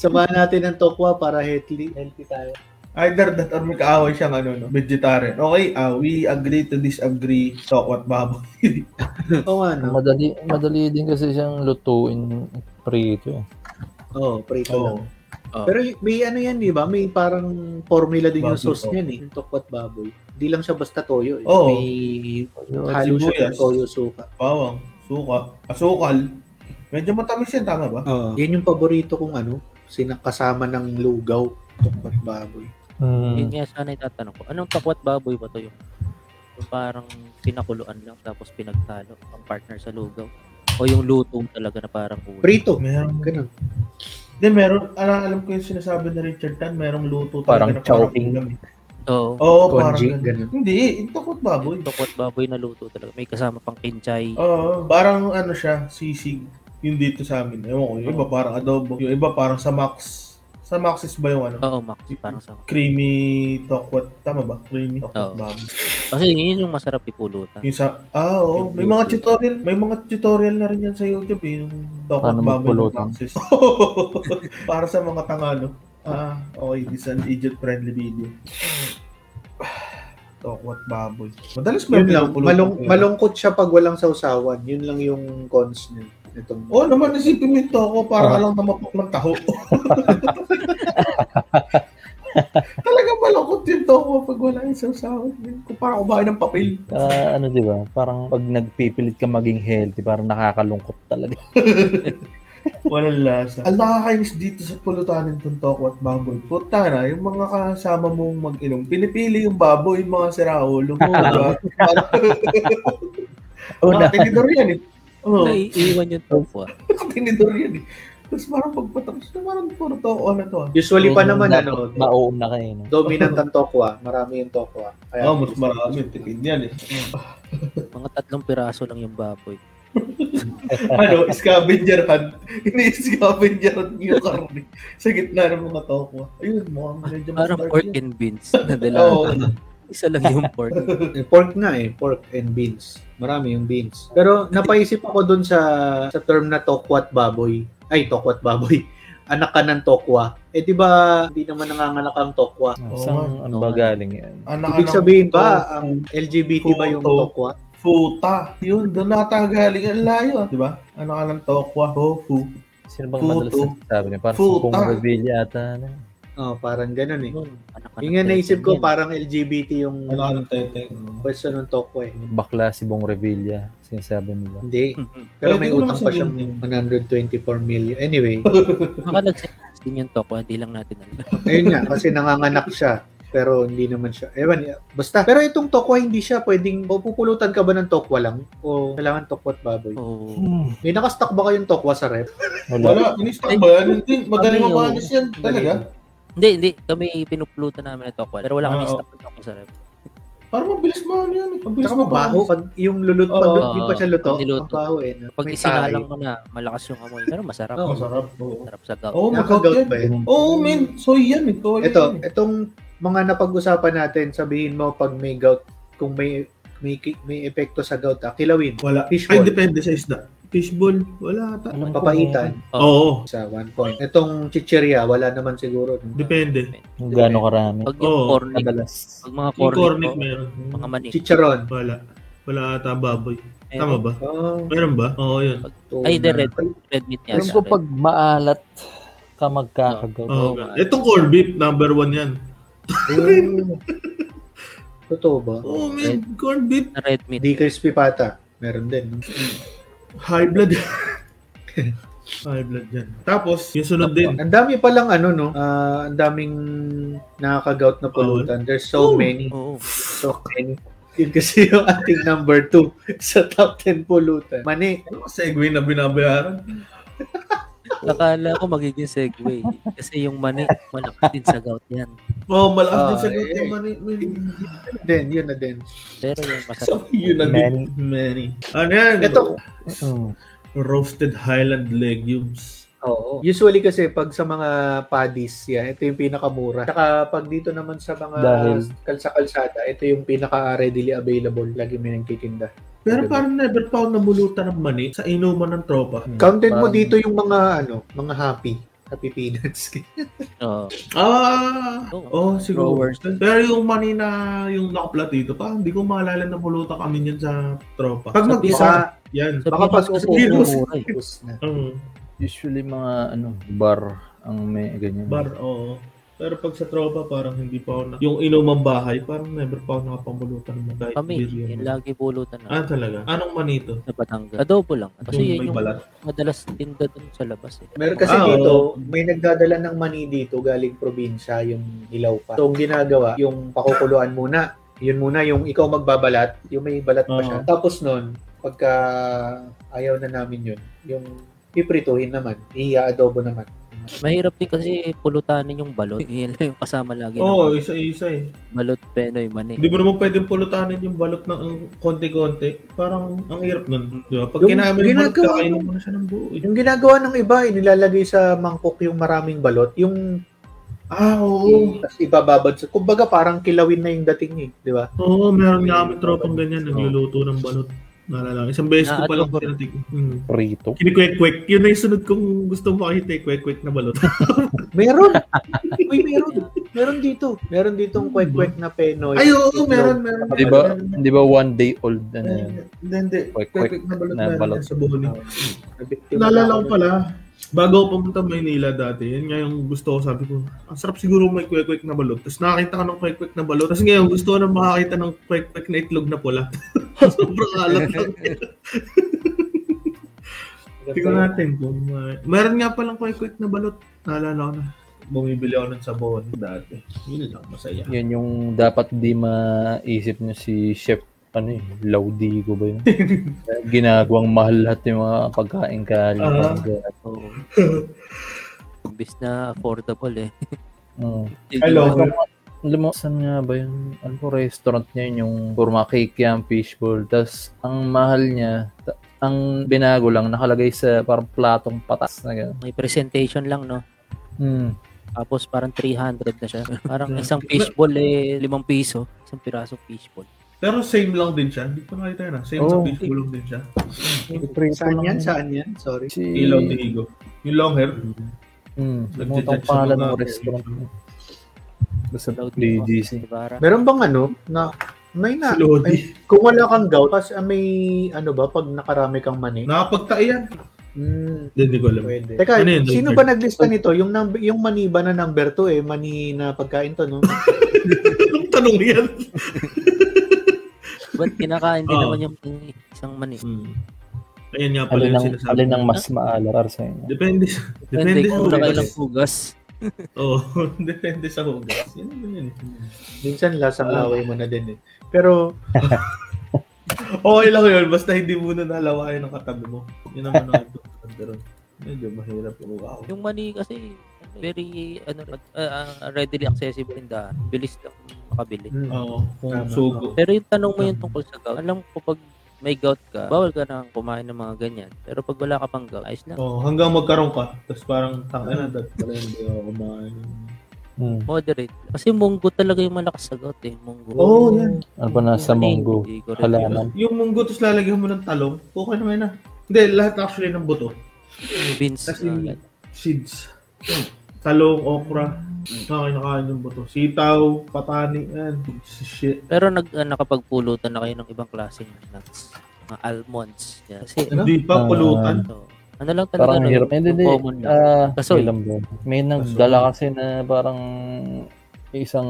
Samahan natin ng tokwa para healthy, healthy tayo.
Either that or may kaaway siyang ano, no? vegetarian. Okay, ah, we agree to disagree. Talk what
[laughs]
baboy.
Oo nga, no?
Madali, madali din kasi siyang lutuin prito eh.
Oo, Oh, prito lang.
Oo.
Pero y- may ano yan, di ba? May parang formula din yung
Baboy,
sauce niyan eh. Yung tokwat baboy. Di lang siya basta toyo eh.
Oo.
May
Yun.
halo siya
sibuyas.
ng toyo suka.
Bawang, suka, asukal. Medyo matamis yan, tama ba?
Oo. Yan yung paborito kong ano, sinakasama ng lugaw. Tokwat baboy.
Yun
Mm.
nga sana itatanong ko. Anong takwat baboy ba to yung, yung parang pinakuluan lang tapos pinagtalo ang partner sa lugaw? O yung luto talaga na parang ulo?
Prito.
Meron.
Ganun.
Hindi, meron. Alam, alam ko yung sinasabi ni Richard Tan, merong luto
Parang
na
chowking.
ulam.
Oo.
Oo, parang
Konji,
ganun.
ganun.
Hindi, ito kot baboy. Oh.
Takwat baboy na luto talaga. May kasama pang kinchay.
Oo, parang ano siya, sisig. Yung dito sa amin. Ewan ko, yung iba parang adobo. Yung iba parang sa Max. Sa Maxis ba yung
Oh.
ano?
Oo, Max. Parang sa...
Creamy tokwat. Tama ba? Creamy tokwat
Oh.
Oo.
baboy.
Kasi yun yung masarap ipulutan.
Yung sa, ah, oo. May mga tutorial, may mga tutorial na rin yan sa YouTube eh. Yung Dokot
Paano
Baboy ng
magpulutan?
Maxis. [laughs] Para sa mga tanga, no? Ah, okay. This is an idiot-friendly video. [sighs] Dokot Baboy. Madalas may
Yun lang,
pinupulutan
malung,
ko yun.
malungkot siya pag walang sausawan. Yun lang yung cons niya. Itong,
Oo oh, naman, isipin mo yung toko para
Ah.
alang na mapok ng taho. Talaga malungkot yung toko pag wala yung sasawad. Kung parang kumain ng papel.
Ah, ano 'di ba? Parang pag nagpipilit ka maging healthy, parang nakakalungkot talaga.
Walang lasa. Ang nakakainis dito sa pulutanin ng toko at baboy. Puta na, yung mga kasama mong mag-inom, pinipili yung baboy, yung mga siraulo mo. [laughs] diba?
Una,
Mga tinidor yan eh. Oo,
Naiiwan yung ah. tokwa.
tinidor yan eh. Tapos parang pagpatapos na parang puro toko na to. ah.
usually pa
Yung
naman,
na-
ano,
mauuna ka eh. no?
dominant ang tokwa. Marami yung tokwa. Kaya,
Oo, Oh, mas marami. Tipid yan eh.
Mga tatlong piraso lang yung baboy.
ano, scavenger hunt. [laughs] Ini-scavenger hunt niyo yung karne. Sa gitna ng mga toko. Ayun, mukhang medyo mas
Parang
dark
pork
yan.
and beans
[laughs]
na
Oo.
dalawa. Isa lang yung pork.
Eh, pork na eh. Pork and beans. Marami yung beans. Pero napaisip ako dun sa, sa term na tokwat baboy. Ay, tokwat baboy. [laughs] Anak ka ng tokwa. Eh, di ba, hindi naman nanganganak ang tokwa.
Ah,
Oo
Saan
nga.
ang ba galing yan?
Anak
Ibig
ng
sabihin ba,
toko.
ang LGBT ba yung
Toko.
tokwa?
Puta. Yun, doon nakatagaling. Ang layo. ah. Diba? Ano ka ng tokwa? Tofu.
Sino bang
Puto.
madalas nagsasabi niya? Parang
Puta.
si Kung Revilla ata. ano?
Oh, parang ganun eh.
Yun, anak ka
Yung
ng
nga naisip ko,
Tekken. [laughs]
parang LGBT yung
Ano ka ng teteng.
question ng tokwa eh.
Bakla si Bong Revilla. Sinasabi nila.
Hindi.
Mhm.
Pero
Pwede
may
ko naman
utang pa siyang
sabihin.
124 million. Anyway,
Baka nagsisis din yung tokwa, hindi lang natin alam.
ayun nga, kasi nanganganak siya. Pero hindi naman siya. Ewan, eh, basta. Pero itong tokwa, hindi siya pwedeng, o pupulutan ka ba ng tokwa lang? O kailangan tokwa't baboy?
Oo.
Hmm.
May nakastock ba kayong tokwa sa rep?
Wala.
Wala. Inistak ba yan? Hindi. Magaling
Kami,
ang
oh.
manis yan. Talaga.
Hindi, hindi. Kami pinuplutan namin na tokwa. Pero wala kami
Ah,
stock ng tokwa sa rep.
Parang mabilis mo ano yan. eh. Mabilis
Saka
mo
mabaho. Pag yung lulut, pag
Oo.
hindi pa siya luto,
Pag niluto.
mabaho eh. no?
Pag
May
isinalang
tahi.
mo na, malakas yung amoy. Pero masarap.
Oo.
Masarap. Oh, Oo.
Masarap sa gout.
Oo, mag-out
Nakaka-gout
yan.
ba yun?
Oo, men. Soy yan. eh. Soy
Ito,
yan, eh.
itong mga napag-usapan natin, sabihin mo pag may gout, kung may may, may epekto sa gout, ah, kilawin,
Wala.
Fishball.
Ay, depende sa isda. Fishball. Wala ata.
Alam ko,
papaitan.
Oo.
sa one point. Itong chicheria, wala naman siguro.
Depende.
Kung gaano karami.
Pag yung
Oo,
cornic,
Madalas.
pag mga
Yung
cornic,
cornic
mo,
meron.
mga manik.
Chicharon.
Wala. Wala ata baboy.
eh,
Tama ba?
Oh,
Meron ba? Oo, yun.
ito
Ay, the
na.
red. Red meat niya.
Alam ko pag maalat ka magkakagaw.
Oo.
Oo.
Itong corned beef, number one yan.
Oh. Totoo ba?
Oo, [laughs] oh, man. Corned beef.
Na red meat.
Di crispy pata. Meron din. no?
High blood. [laughs] High blood yan. Tapos, yung sunod din.
Ang dami pa lang ano no, ah, ang daming nakakagout na pulutan. There's so
Oh.
many.
Oo.
So many. Yun kasi [laughs] yung ating number 2 sa top 10 pulutan. Mani,
Ano ka segue na binabayaran?
Nakala ko magiging segue. Kasi yung mani, malakas din sa gout yan.
Oo, oh, malakas
Ah,
din sa
eh.
yung mani.
din, yun na din.
Pero yung
[laughs]
masarap.
Sabi yun na
Many.
din. Many. Ano yan?
Ito,
Mm.
Roasted Highland legumes.
Oo.
Usually kasi pag sa mga padis, yan, ito yung pinakamura. Saka pag dito naman sa mga
Dahil-
kalsa-kalsada, ito yung pinaka-readily available. Lagi may nagtitinda.
Pero parang never pa ako nabulutan ng mani sa inuman ng tropa.
Counted mo
Parang-
dito yung mga ano, mga happy. Happy peanuts.
Oo.
Ah!
Oo.
Oh, siguro.
Growers.
Pero yung money na yung nakaplat dito pa, hindi ko maalala na bulutan kami niyan sa tropa. Pag
Sa
mag-isa, yan.
Sa
Baka
Pinas
Pasko
kasi
po.
pinakamura eh.
Tapos na.
Ang
Usually mga ano, bar ang may ganyan.
bar, oo. Pero pag sa tropa, parang hindi pa ako na... Yung inuman bahay, parang never pa ako nakapamulutan ng kahit
Kami,
beer yun.
yun lagi bulutan na
Ah, talaga? Anong manito?
sa Batangas. Adobo lang. Kasi
Yung
yun
may
yung
balat.
madalas tinda dun sa labas eh.
Meron kasi
Ah, oo.
dito, may nagdadala ng mani dito galing probinsya, yung ilaw pa. So, ang ginagawa, yung pakukuluan muna. Yun muna, yung ikaw magbabalat, yung may balat
Oo.
pa siya. Tapos nun, pagka ayaw na namin yun, yung piprituhin naman, i-adobo naman.
Mahirap din kasi pulutanin yung balot. [laughs] Yun lang yung kasama lagi. ng
Oo, isa-isa eh.
Balot, penoy, mani.
Hindi mo naman pwedeng pulutanin yung balot ng ang konti-konti. Parang ang hirap nun. Di ba? Pag
Yung
kinamin yung balot,
ginagawa
kakainin
mo-
mo na siya ng buo. eh.
Yung ginagawa ng iba, eh, nilalagay sa mangkok yung maraming balot, yung
Ah, oo.
tas ibababad sa, kumbaga parang kilawin na yung dating niya, di ba?
Oo, meron nga kami tropang ganyan. Nagluluto ng balot. Naalala ko. Isang beses ko
Na-
palang
ano-
tinatik. Hmm.
Prito.
Kinikwek-kwek. Yun na yung sunod kong gusto makita eh. Kwek-kwek na balot.
Meron! [laughs] Uy, meron! Meron dito. Meron ditong kwek-kwek na
[laughs] Hmm.
penoy.
Ay, oo, meron, meron.
Di ba, di ba one day old na na yun?
Hindi, hindi.
Kwek-kwek
Kwek-kwek na balot
na
na
balot.
balot. Sa buhon eh.
Nabiktima
Naalala
ako
ko
nun.
pala, bago ako pumunta Maynila dati, yun nga yung gusto ko, sabi ko, ang sarap siguro may kwek-kwek na balot. Tapos nakakita ka ng kwek-kwek na balot. Tapos ngayon, gusto ko na makakita ng kwek-kwek na itlog na pula. [laughs] Sobrang alat lang. Tingnan natin kung may... Meron nga palang kwek-kwek na balot. Naalala ko na. Bumibili ako ng sabon dati. Yun lang, masaya.
Yan yung dapat di maisip niya si Chef ano eh, Laudigo ba
[laughs]
yun? Ginagawang mahal lahat yung mga pagkain ka.
Ah.
Oo. Imbis na affordable eh.
Mm.
Hello.
Lumasan nga ba yun? Ano po restaurant niya yun? Yung kurma cake yan, fishbowl. Tapos ang mahal niya, ta- ang binago lang, nakalagay sa parang platong patas na gano'n.
May presentation lang, no?
Hmm.
Tapos parang 300 na siya. Parang isang fishball eh, limang piso. Isang pirasong fishball.
Pero same lang din siya. Hindi ko nakita yun ah. Same sa
Oo.
Facebook lang din siya.
Saan yan? Saan yan? Sorry.
Si...
Ilaw de Higo. Yung long hair.
Hmm.
Nagja-judge
Lumutang
sa
pangalan
mga-
ng restaurant. niya. Basta
Loud
DGC.
Ibarra.
Meron bang ano na may na
Si Lodi.
ay, kung wala kang gout kasi ah, may ano ba pag nakarami kang mani?
Nakapagtae yan.
Mm,
Hindi, Hindi ko alam.
pwede. Teka,
Ano yun,
sino
Richard?
ba naglista nito? Yung num- yung mani ba na number 2 eh, mani na pagkain to
[laughs]
no.
Anong tanong yan?
Ba't kinakain din
Oo.
naman yung isang mani?
Hmm. Ayan nga pala
Alin
yung
ang,
sinasabi.
alin ang mas maalar sa inyo?
Depende sa... Depende,
Depende
sa
kung
hugas.
nakailang hugas.
Oo, [laughs] depende sa hugas. Yan yun eh. yun.
Minsan lasang
Ah.
laway mo na din eh. Pero
Okay lang yun, basta hindi muna nalawain ang katabi mo. Yun naman
[laughs]
ang importante ron. Medyo mahirap yung wow.
Yung money kasi ano, very ano uh, uh, readily accessible in the bilis lang makabili.
mm,
Oo, kung
Tama.
sugo.
Pero yung tanong mo yung tungkol sa gout, alam ko pag may gout ka, bawal ka na kumain ng mga ganyan. Pero pag wala ka pang gout, ayos na.
Oo, hanggang magkaroon ka. Tapos parang tanga na, dahil pala hindi ako kumain.
Hmm.
Moderate. Kasi munggo talaga yung malakas sa gout eh. Munggo.
Oo, yan.
Ano pa nasa
Mani,
monggo?
hindi ko rin-
Halaman.
Yung munggo, tapos lalagyan mo ng talong, okay naman na. Hindi, lahat actually ng buto.
Yung Beans.
Kasi
ah, ganyan.
seeds. Talong, okra. Mga kinakain yung buto. Sitaw, patani, yan. Shit.
pero nag, ah, nakapagpulutan na kayo ng ibang klaseng nuts. Mga almonds. Yan. Kasi ano?
Hindi pa
Ah.
pulutan.
So, ano lang talaga.
Parang
no?
hirap. Hindi, hindi.
Common lang.
Ah,
Kasoy.
alam mo. May nagdala kasi na parang isang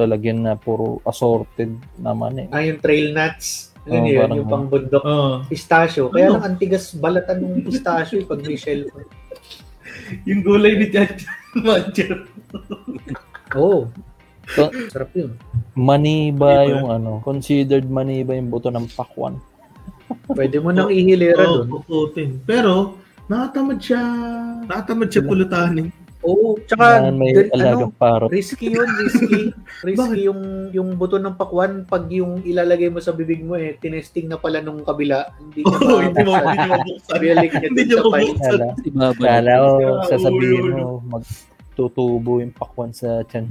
lalagyan na puro assorted naman eh.
ah, yung trail nuts. Ano
Oo,
yun,
parang-
yung pangbundok
Oo.
pistachio. Kaya
Ano?
lang antigas balatan ng pistachio eh, pag may shell.
yung gulay ni Judge [laughs] Mancher.
Oo. Oh,
So-
Sarap yun.
Money ba
Iba.
yung ano? Considered money ba yung buto ng pakwan?
Pwede mo nang ihilera
Oo,
doon.
[laughs] puputin. Pero, nakatamad siya. Nakatamad siya pulutanin.
Oo, tsaka
Yan, may
gan- ano,
alagang parot.
risky yun, risky. risky yung yung buto ng pakwan pag yung ilalagay mo sa bibig mo eh, tinesting na pala nung kabila. Hindi ka
Oo,
ma-
hindi
[laughs]
mo hindi mo mabuksan.
Bibalik niya
Hindi
dun
niya
sa pipe.
mabuksan.
Kala,
Si Baba.
kala ko
Kala-
sasabihin
ulo,
mo magtutubo yung pakwan sa tiyan.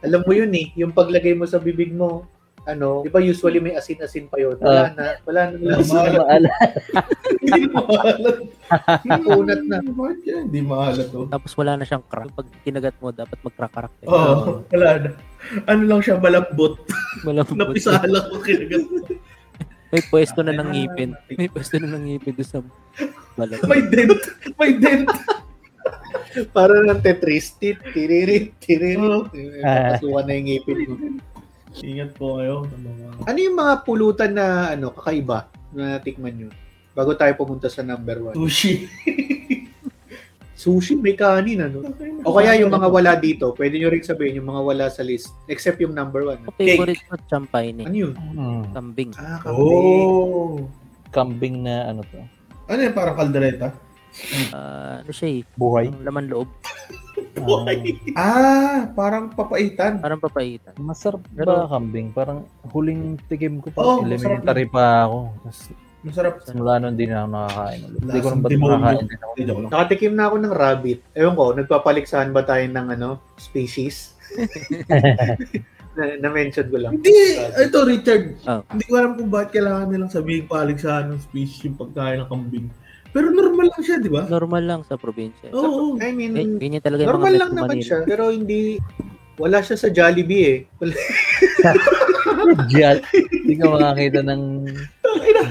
Alam mo yun eh, yung paglagay mo sa bibig mo, ano, di ba usually may asin-asin pa yun? Wala na, wala na, wala
Hindi
na.
mo
[laughs]
Maala.
Hindi [laughs] mahalat.
Nakunat na.
Hindi mahalat to.
Tapos wala na siyang crack. Pag kinagat mo, dapat magkakarak. Eh.
Oh,
Oo, Oh, wala na. Ano lang siya, [laughs] malambot.
Malambot.
Napisahala ko kinagat.
May pwesto na ng ngipin. May pwesto na ng ngipin doon sa balot.
May dent. May dent.
Para ng Tetris, tit, tiririt, tiririt.
Ah.
Kasuhan na yung ngipin mo.
Ingat po kayo. sa mga-
Ano yung mga pulutan na ano kakaiba na natikman nyo? Bago tayo pumunta sa number one.
Sushi.
Sushi, may kanin, ano? O kaya yung mga wala dito, pwede nyo rin sabihin yung mga wala sa list. Except yung number one. ano?
Favorite ko, champagne.
Ano yun?
Hmm,
Kambing.
Ah, kape.
Oh.
kambing na ano to,
Ano yan, parang kaldereta?
Ah, ano siya eh?
buhay.
Ang laman loob.
Buhay. Ah, parang papaitan.
Parang papaitan.
Ah, masarap
Pero-
ba kambing? Parang huling tikim ko pa.
Oo,
elementary pa ako. Tapos
Masarap.
mula noon din ako nakakain ulit. Hindi ko
Lasang
rin ba't
demonyo.
nakakain. din ako.
Hindi, joke lang.
Nakatikim na ako ng rabbit. Ewan ko, nagpapaliksahan ba tayo ng ano,
[laughs]
species? na, na-mention ko lang.
Hindi, ito Richard.
Ah.
Hindi ko alam kung bakit kailangan nilang sabihin palig sa anong species yung pagkain ng kambing. Pero normal lang siya, di ba?
Normal lang sa probinsya. eh.
Oo.
I mean,
Eh, ganyan talaga
Oh,
yung
normal
mga
lang
Metro
naman
Manila.
siya. Pero hindi, wala siya sa Jollibee eh. Wala,
[laughs] Jal. Hindi ka makakita ng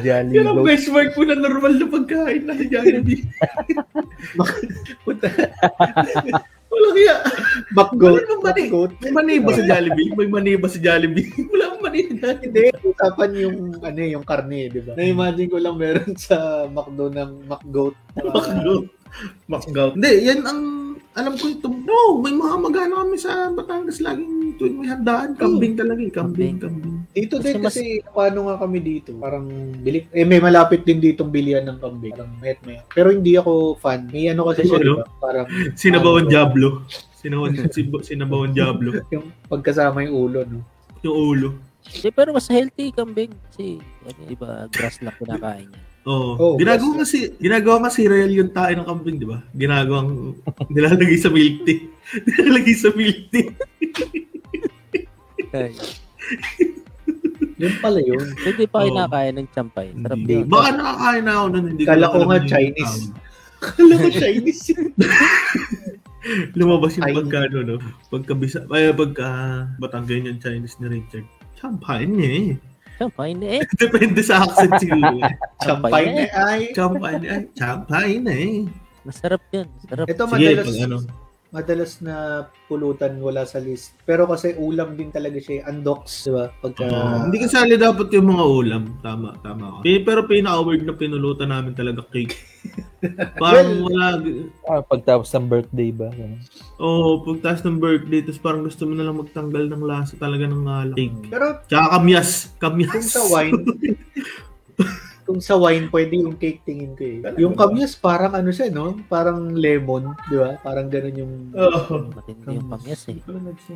Jolly
Yan ang
Goat.
benchmark po na normal na pagkain na sa [laughs] Jollibee.
puta,
Wala kaya.
Macgoat.
Ano ba, Nick?
Macgoat.
May mani ba sa Jollibee? May mani ba sa Jollibee? [laughs] Wala akong mani sa Jollibee.
Hindi, usapan yung ano eh, yung karne, eh, di ba? Na-imagine ko lang meron sa McDo ng McGoat.
Makagaw. Makagaw. Hindi, yan ang alam ko ito. No, may mga magana kami sa Batangas laging tuwing may handaan. Kambing talaga eh. Kambing, kambing.
Dito
Kasi
din
mas-
kasi paano nga kami dito? Parang bili eh may malapit din ditong bilian ng kambing. Parang met met. Pero hindi ako fan. May ano kasi siya,
Ano?
di ba? Parang
Sinabawan Diablo. Sinabawan, sib- sinabawan Diablo.
yung pagkasama yung ulo, no?
Yung ulo.
Eh, pero mas healthy kambing. Kasi, ano, di ba, grass lang kinakain
[laughs]
niya.
Oo.
Oh,
ginagawa nga si ginagawa nga cereal yung tae ng kambing, di ba? Ginagawang [laughs] nilalagay sa milk tea. [laughs] nilalagay sa milk tea.
Ay,
Yun pala yun. [laughs]
Hindi pa
Oh.
Oo.
kinakain ng champay. Sarap
Hindi.
yun.
Baka nakakain na ako nun. Hindi
Kala ko
alam
nga
yung
Chinese.
tawag. [laughs]
Kala ko Chinese.
Lumabas yung
Ay.
pagka ano, no? Pagka, bisa, ay, pagka Batanggan yung Chinese ni Richard. Champagne niya eh. [laughs]
Champagne eh.
Depende sa accent
[laughs]
siguro. eh.
Champay na ay.
Champagne ay, champagne eh.
Masarap yun. Sarap.
Ito
Sige,
madalas,
pag ano.
madalas na pulutan wala sa list. Pero kasi ulam din talaga siya. eh. Andox, di ba? Pagka...
Oo. hindi kasali dapat yung mga ulam. Tama, tama. ka. Pi- Pero pinaka-award na pinulutan namin talaga cake.
[laughs]
Parang wala,
Ah, pagtapos ng birthday ba? Ganun.
Oo, oh, pagtas ng birthday, tapos parang gusto mo na lang magtanggal ng lasa talaga ng alak. Cake.
Pero
Tsaka kamyas. Kamyas.
Kung sa wine, kung sa wine, pwede yung cake tingin ko eh. Yung kamyas, parang ano siya, no? Parang lemon, di ba? Parang ganun yung...
Oo.
Matindi yung pamyas eh.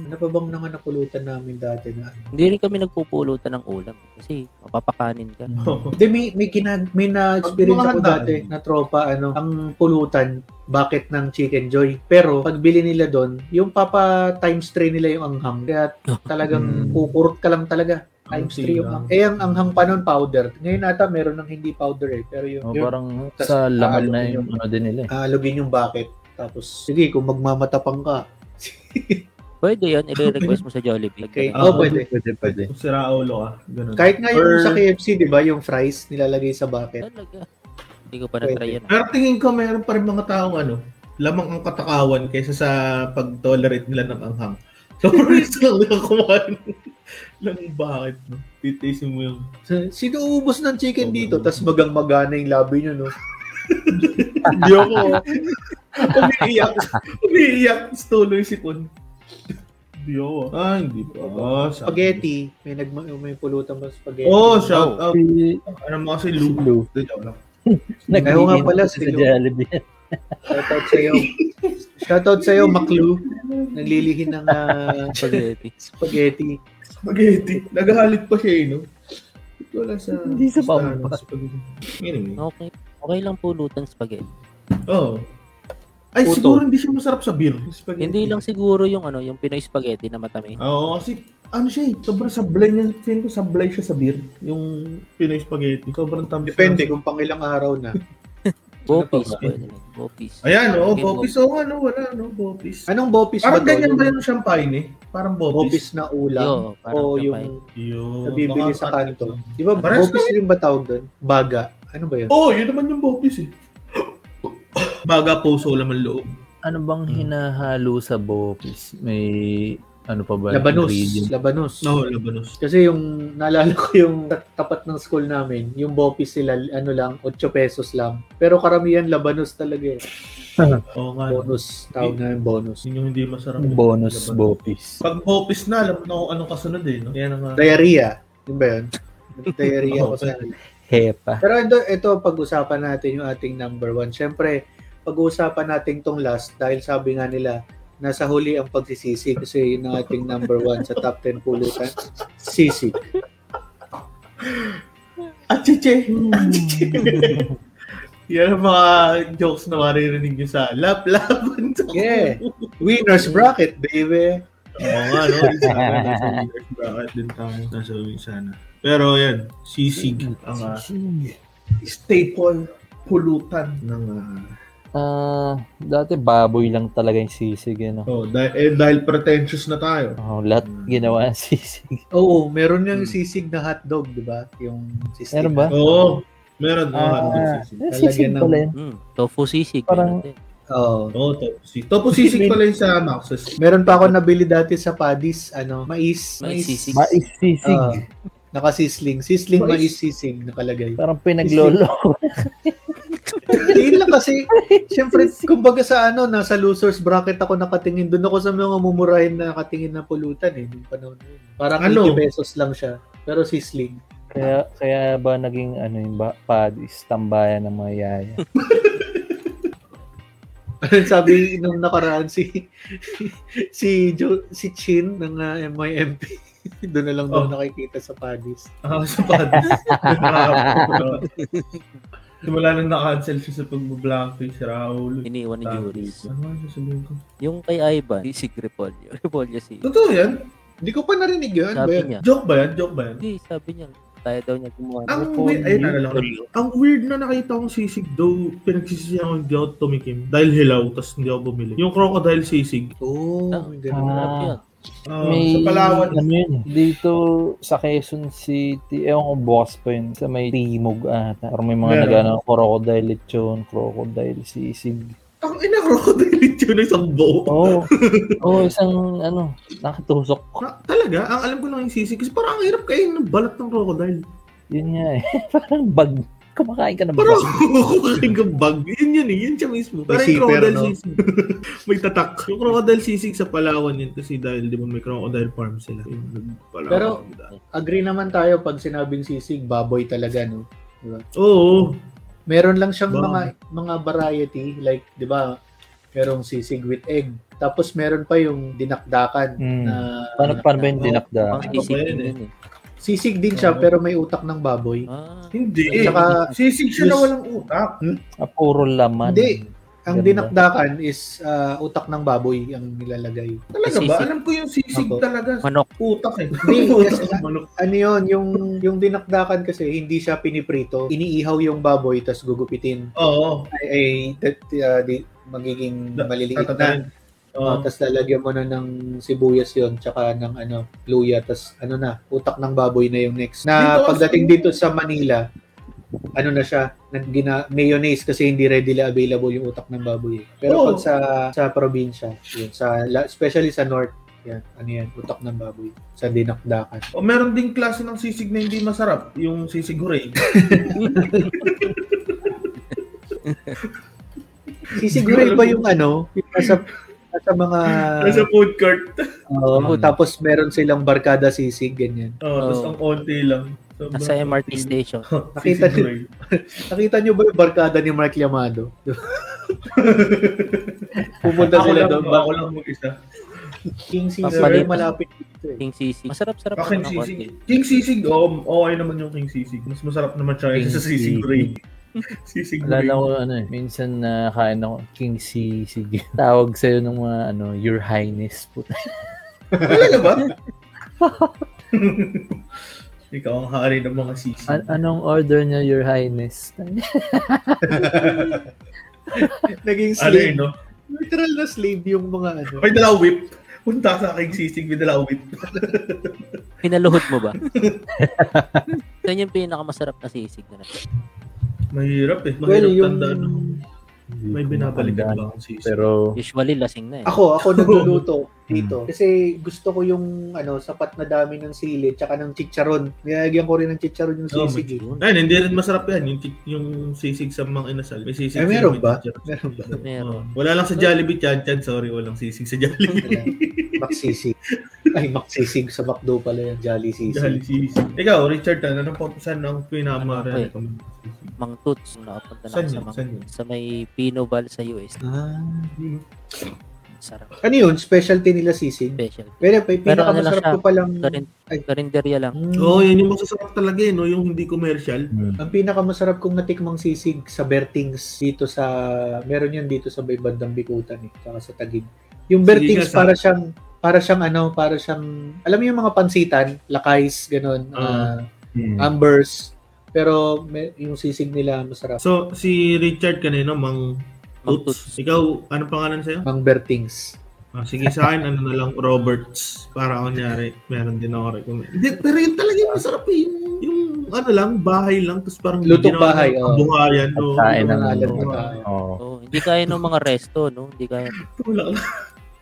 Ano pa bang naman napulutan namin dati na ano?
Hindi rin kami nagpupulutan ng ulam. Kasi mapapakanin ka.
Oo.
Hindi, may, may, kinag, may na-experience
Pag mga
ako
handaan.
dati na tropa, ano, ang pulutan, bakit ng chicken joy. Pero, pagbili nila doon, yung papa times 3 nila yung anghang. Kaya talagang
Hmm.
kukurot ka lang talaga.
Ang
Times 3 yung
sigaw.
anghang. Eh, ang anghang pa noon, powder. Ngayon ata, meron ng hindi powder eh. Pero yung,
Oh,
yung
parang
Tas,
sa
ah,
laman na
yun
yung
yung-
ano din nila eh.
alugin yung bucket. Tapos, sige, kung magmamatapang ka,
Pwede yun. I-request mo sa Jollibee.
Okay.
Ah,
oh, pwede.
Pwede, pwede.
Kung sira ulo ka. Ganun.
Kahit nga
Or-
yung sa KFC, di ba, yung fries nilalagay sa bucket.
Talaga. Hindi ko pa na-try yun.
Pero tingin ko mayroon pa rin mga taong ano, lamang ang katakawan kaysa sa pag-tolerate nila ng anghang. [laughs] So, first lang nila kumain [laughs] lang bakit, no? Titisin mo yung...
So, Sino ubos ng chicken
Oo.
dito? Tapos magang-magana yung labi nyo, no?
Hindi ako. Umiiyak.
[laughs]
Umiiyak. Tapos tuloy si Kun. Hindi ako. Ah, hindi pa. Ah, sa-
Spaghetti. May, nag may pulutan ba spaghetti?
Oh, shout out.
Si,
Ano mo ano? kasi
si
Lou.
Lou.
Joke lang.
Nag-iingat
pala, [laughs]
sa
si Lou.
Jollibee.
Shout out sa'yo. Shoutout sa'yo, Maklu. Naglilihin ng ah,
Spaghetti.
[laughs] spaghetti.
Spaghetti. Naghahalit pa siya eh, no? Ba't Wala sa...
Hindi sa
listahan
bawang
ng spaghetti? Yun eh.
Okay. Okay lang po lutang spaghetti.
Oo. Ay,
Puto.
siguro hindi siya masarap sa beer. Spaghetti.
Hindi lang siguro yung ano, yung Pinoy spaghetti na matamis.
Oo, kasi ano siya eh, sobrang sablay niya, feeling ko sablay siya sa beer. Yung Pinoy spaghetti, sobrang tamis.
Depende kung pang ilang araw na.
Bopis.
ba?
pwede rin. Bopis.
Ayan, oo,
Okay,
Bopis, oo, ano, wala, ano, Bopis.
Anong bopis
Parang
ba to?
ganyan ba
Yung
yung champagne eh? Parang Bopis.
Bopis na ulam.
Yo, parang eh.
O
kapain.
yung
Yun.
nabibili
Baka-
sa kanto. Di ba,
Parehas
bopis yung ba tawag doon? Baga. Ano ba yun?
Oo, oh, yun naman yung Bopis eh. [gasps] Baga puso laman loob.
Ano bang
Hmm.
hinahalo sa bopis? May ano pa ba?
Labanos.
ingredient?
Labanos.
Oo, labanos.
Kasi yung naalala ko yung ta- tapat ng school namin, yung bopis sila ano lang 8 pesos lang. Pero karamihan labanos talaga eh.
Oo nga.
Bonus tawag na yung bonus.
Yun yung hindi masarap.
Hmm.
Bonus
Labanos.
bopis.
Pag Bopis na, alam na kung anong kasunod eh. No? Yan ang mga...
Diarrhea, yun ba yun? Diarrhea
Oo,
ko sa
Hepa.
Pero ito, ito pag-usapan natin yung ating number one. Siyempre, pag-uusapan natin tong last dahil sabi nga nila, nasa huli ang pagsisisi kasi yun ang ating number one sa top 10 pulutan, sisi.
Achiche!
Hmm.
[laughs] Yan ang mga jokes na maririnig nyo sa lap-lapan.
Yeah. Winner's bracket, baby.
Oo nga, no? Sana nasa Winner's bracket din tayo. Nasa win sana. Pero yan, sisig ang ah, staple pulutan ng ah,
Ah, dati baboy lang talaga yung sisig, ano.
oh, dahil, eh, dahil pretentious na
Hmm.
tayo.
Oh, lahat ginawa ang sisig.
Oo, meron yung
Hmm.
sisig na hotdog, di ba? Yung sisig.
Meron ba?
Oo, meron mga hotdog
Ah,
sisig.
eh, sisig
Talaga
pala
ng-
yun.
Mm, tofu sisig.
Parang-
ganun din.
Oo.
Oo, topo sisig. Topo sisig pala yung sa Max's.
Meron pa ako nabili dati sa Padis, ano, mais.
May sisig.
Mais sisig.
Oo. nakasisling. Sisling
Mais.
mais sisig nakalagay.
Parang pinaglolo.
Hindi lang kasi, syempre, kumbaga sa ano, nasa losers bracket ako nakatingin. Doon ako sa mga mumurahin na nakatingin na pulutan eh. Nung panahon na yun. Parang
Ano?
80 pesos lang siya. Pero sisling.
Kaya, kaya ba naging ano yung ba, padis, tambayan ng mga yaya?
Ano [laughs] sabi nung nakaraan si [laughs] si Jo, si Chin ng uh, MIMP. [laughs] Doon na lang daw
Oh.
nakikita sa Padis.
Ah, [laughs] sa Padis. Simula nang na-cancel siya sa pagbablangface, Raul.
Iniwan ni Juris.
Ano ang sasabihin ko?
Yung kay Ivan, sisig repolyo. [laughs] Repolyo sisig.
Totoo yan?
Hindi ko pa narinig yun. Ano ba
Sabi
yun?
niya.
Joke ba yan? Joke ba yan?
Hindi, sabi niya. Tayo daw niya gumawa. ng
Ang
repolyo.
weird, ayun, naalala ko. na. Ang weird na nakita kong sisig though, pinagsisisihan ako, hindi ako tumikim. Dahil hilaw, tas hindi ako bumili. Yung crocodile sisig.
Oo,
Ah.
may oh, ganun.
Ah.
Sarap yun.
ah, Sa Palawan.
Ano yun? Dito sa Quezon City, ewan ko bukas pa yun. Sa may Timog ata. Or may mga
Meron.
nagano, crocodile lechon, crocodile sisig.
Ang ina, crocodile lechon ng isang buo.
Oo. Oo, isang ano, nakatusok.
Na- talaga, ang alam ko lang yung sisig. Kasi parang ang hirap kainin ng balat ng crocodile.
Yun nga eh. [laughs] Parang bag. Kumakain ka ng
Parang
bag.
kumakain ka bag. Yun yun eh, yun siya mismo. Parang yung
zipper,
crocodile
no?
sisig. may tatak. Yung crocodile sisig sa Palawan yun kasi dahil di ba may crocodile farm sila. Yung Palawan.
Pero- Agree naman tayo pag sinabing sisig, baboy talaga, no?
Oo.
Meron lang siyang
Baboy.
mga mga variety, like, di ba, merong sisig with egg. Tapos meron pa yung dinakdakan
Mm.
na
Paano, paano ba yung
Oo.
dinakda?
Ano
Pang sisig
ba yun
din
eh?
yun eh.
sisig din siya
Oo.
pero may utak ng baboy.
Ah,
Hindi.
At saka-
sisig siya na
Yes.
walang utak.
Ah, puro laman.
Hindi. Ang
Ganda.
dinakdakan is ah, utak ng baboy ang nilalagay.
Talaga ba?
Sisig.
Alam ko yung sisig
Ako.
talaga.
manok.
Utak eh.
Hindi,
utak
kasi-
ng manok.
Ano yun, yung, yung dinakdakan kasi hindi siya piniprito. Iniihaw yung baboy tas gugupitin.
Oo.
Ay, ay that, ah, di- magiging
Da-
maliliit na.
Tatatayin. Oo.
Oh, tas lalagyan mo na ng sibuyas yon tsaka ng ano, luya, tas ano na, utak ng baboy na yung next. Na
Dito kasi-
pagdating dito sa Manila, ano na siya, nag- gina, mayonnaise kasi hindi readily available yung utak ng baboy. eh. Pero
Oo.
pag sa sa probinsya, yun, sa la- especially sa north, yan, ano yan, utak ng baboy sa dinakdakan.
O meron ding klase ng sisig na hindi masarap, yung sisig hooray.
Sisiguril ba yung ano, yung nasa, nasa mga oh,
Nasa food court.
Oo, tapos meron silang barkada sisig ganyan.
Oh, Tapos
Oo.
ang onti lang. Sobrang
Nasa MRT
toxic. [laughs]
station.
Nakita
Sisig
niyo-
Roy.
Nakita niyo ba yung barkada ni Mark Yamado? [laughs] Pumunta
Ako
sila
lang,
doon.
ako lang mag-isa.
King Caesar,
Papalitan.
malapit dito eh.
King sisig. Masarap-sarap
Akin
naman ng
sisig.
konti.
King sisig, oo, okay naman yung king sisig. Mas masarap naman siya
King
kaysa sa sisig
sisig.
Roy. [laughs] Sisig
Alala
Roy.
ko ano eh, minsan na kain ako, King si sige. [laughs] Tawag sa'yo ng mga ano, Your Highness. Puta.
Alala ba? [laughs] Ikaw ang hari ng mga sisig.
[laughs] An- anong order niya, Your Highness?
Ano yun,
Naging slave.
no?
Literal na slave yung mga ano.
May dala whip. Punta sa king sisig, may dala whip.
Pinaluhod mo ba? [laughs] Yan yung pinakamasarap na sisig na natin.
Mahirap eh.
Well,
Mahirap
yung...
tandaan. ng- May binabalikan ba akong sisig?
Pero,
Usually, lasing na eh.
Ah.
Ako, ako
[laughs]
nagluluto
Mm.
dito. Kasi gusto ko yung ano, sapat na dami ng sili tsaka ng chicharon. Nilagyan ko rin ng chicharon yung
Oh,
sisig. eh.
Ayun, hindi rin masarap yan. Yung, ti- yung sisig sa mga inasal. May sisig.
Ay,
sila,
Eh, meron
may
ba?
ginger.
Meron ba?
Oo.
Meron.
Wala lang sa Jollibee, Chan Chan. Sorry, walang sisig sa Jollibee. [laughs]
Maksisig. Ay, maksisig sa McDo pala yung Jolly Sisig.
Jolly sisig. Ikaw, Richard, ano po, saan ang pinamara
Ano
ano,
po Mang Toots, nakapunta na
Saan
ako sa,
yun?
mga,
Saan yun?
sa may Pinoval sa US.
Ah.
Sarap.
Ano yun? Specialty nila sisig?
Special.
Pero pa-
Pero ano lang
pinakamasarap
siya,
ko palang...
Karin,
Ay.
karinderya lang.
Mm,
Oo, oh, yun yung masasarap talaga eh, no? Yung hindi commercial.
Hmm.
Ang pinakamasarap kong natikmang sisig sa Bertings dito sa... Meron yan dito sa may bandang Bikutan eh, saka sa Tagig. Yung
Sige
Bertings
nga, sa-
para siyang para siyang ano, para siyang alam mo yung mga pansitan, lakays, ganun,
Ah.
ah,
hmm.
ambers. Pero may- yung sisig nila masarap.
So, si Richard kanina, Mang
Mang
Toots.
Toots.
Ikaw, ano pangalan sa'yo?
Mang Bertings.
Ah, sige, sa akin, ano na lang, Roberts. Para kunyari, meron din ako recommend. Hindi, pero yun talaga yung masarap eh. Yung, yung ano lang, bahay lang. Tapos parang
Lutong
ginawa ng
bahay, oo.
kabuhayan, no?
At kain ng
Mga alam
ano.
mo tayo.
Oo.
Oh, hindi kaya ng mga resto, no? Hindi kaya.
[laughs] Tulak na.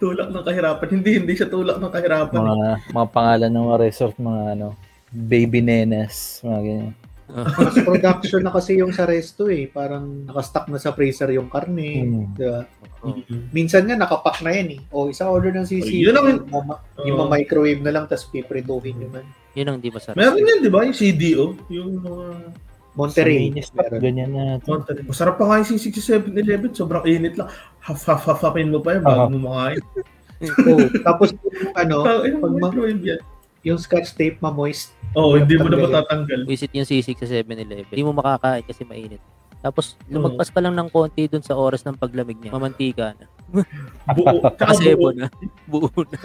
tulak ng kahirapan. Hindi, hindi siya tulak ng kahirapan.
mga, mga pangalan ng mga resort, mga ano, Baby Nenes, mga ganyan.
Mas production na kasi yung sa resto eh. Parang nakastock na sa freezer yung karne.
Hmm.
Mm.
Diba?
Oh,
Mm.
Minsan nga, nakapack na yan eh. O, isa order ng sisig.
Ay, Oh, yun ang-
Mama-
Oo.
Yung microwave na lang, tapos pipritohin yun. man.
yun ang di masarap.
Meron yan, di ba? Yung CDO. Yung mga...
Monterey.
Sa Minis,
meron.
ganyan na.
content. Masarap pa kain si 67-Eleven. Sobrang init lang. Half-half-halfin mo pa yun bago
Oo.
mo makain.
Oo. Oh, Tapos yung, ano,
Tang- eh,
pag ma-
microwave yan.
yung scotch tape ma-moist.
Oo, hindi mo na
Tanggalin.
matatanggal.
Visit yung sisig sa 7-Eleven. Hindi mo makakain kasi mainit. Tapos lumagpas ka lang ng konti dun sa oras ng paglamig niya. Mamantika na.
Buo.
[laughs]
Tsaka buo,
Kasebo na. [laughs] Buo na.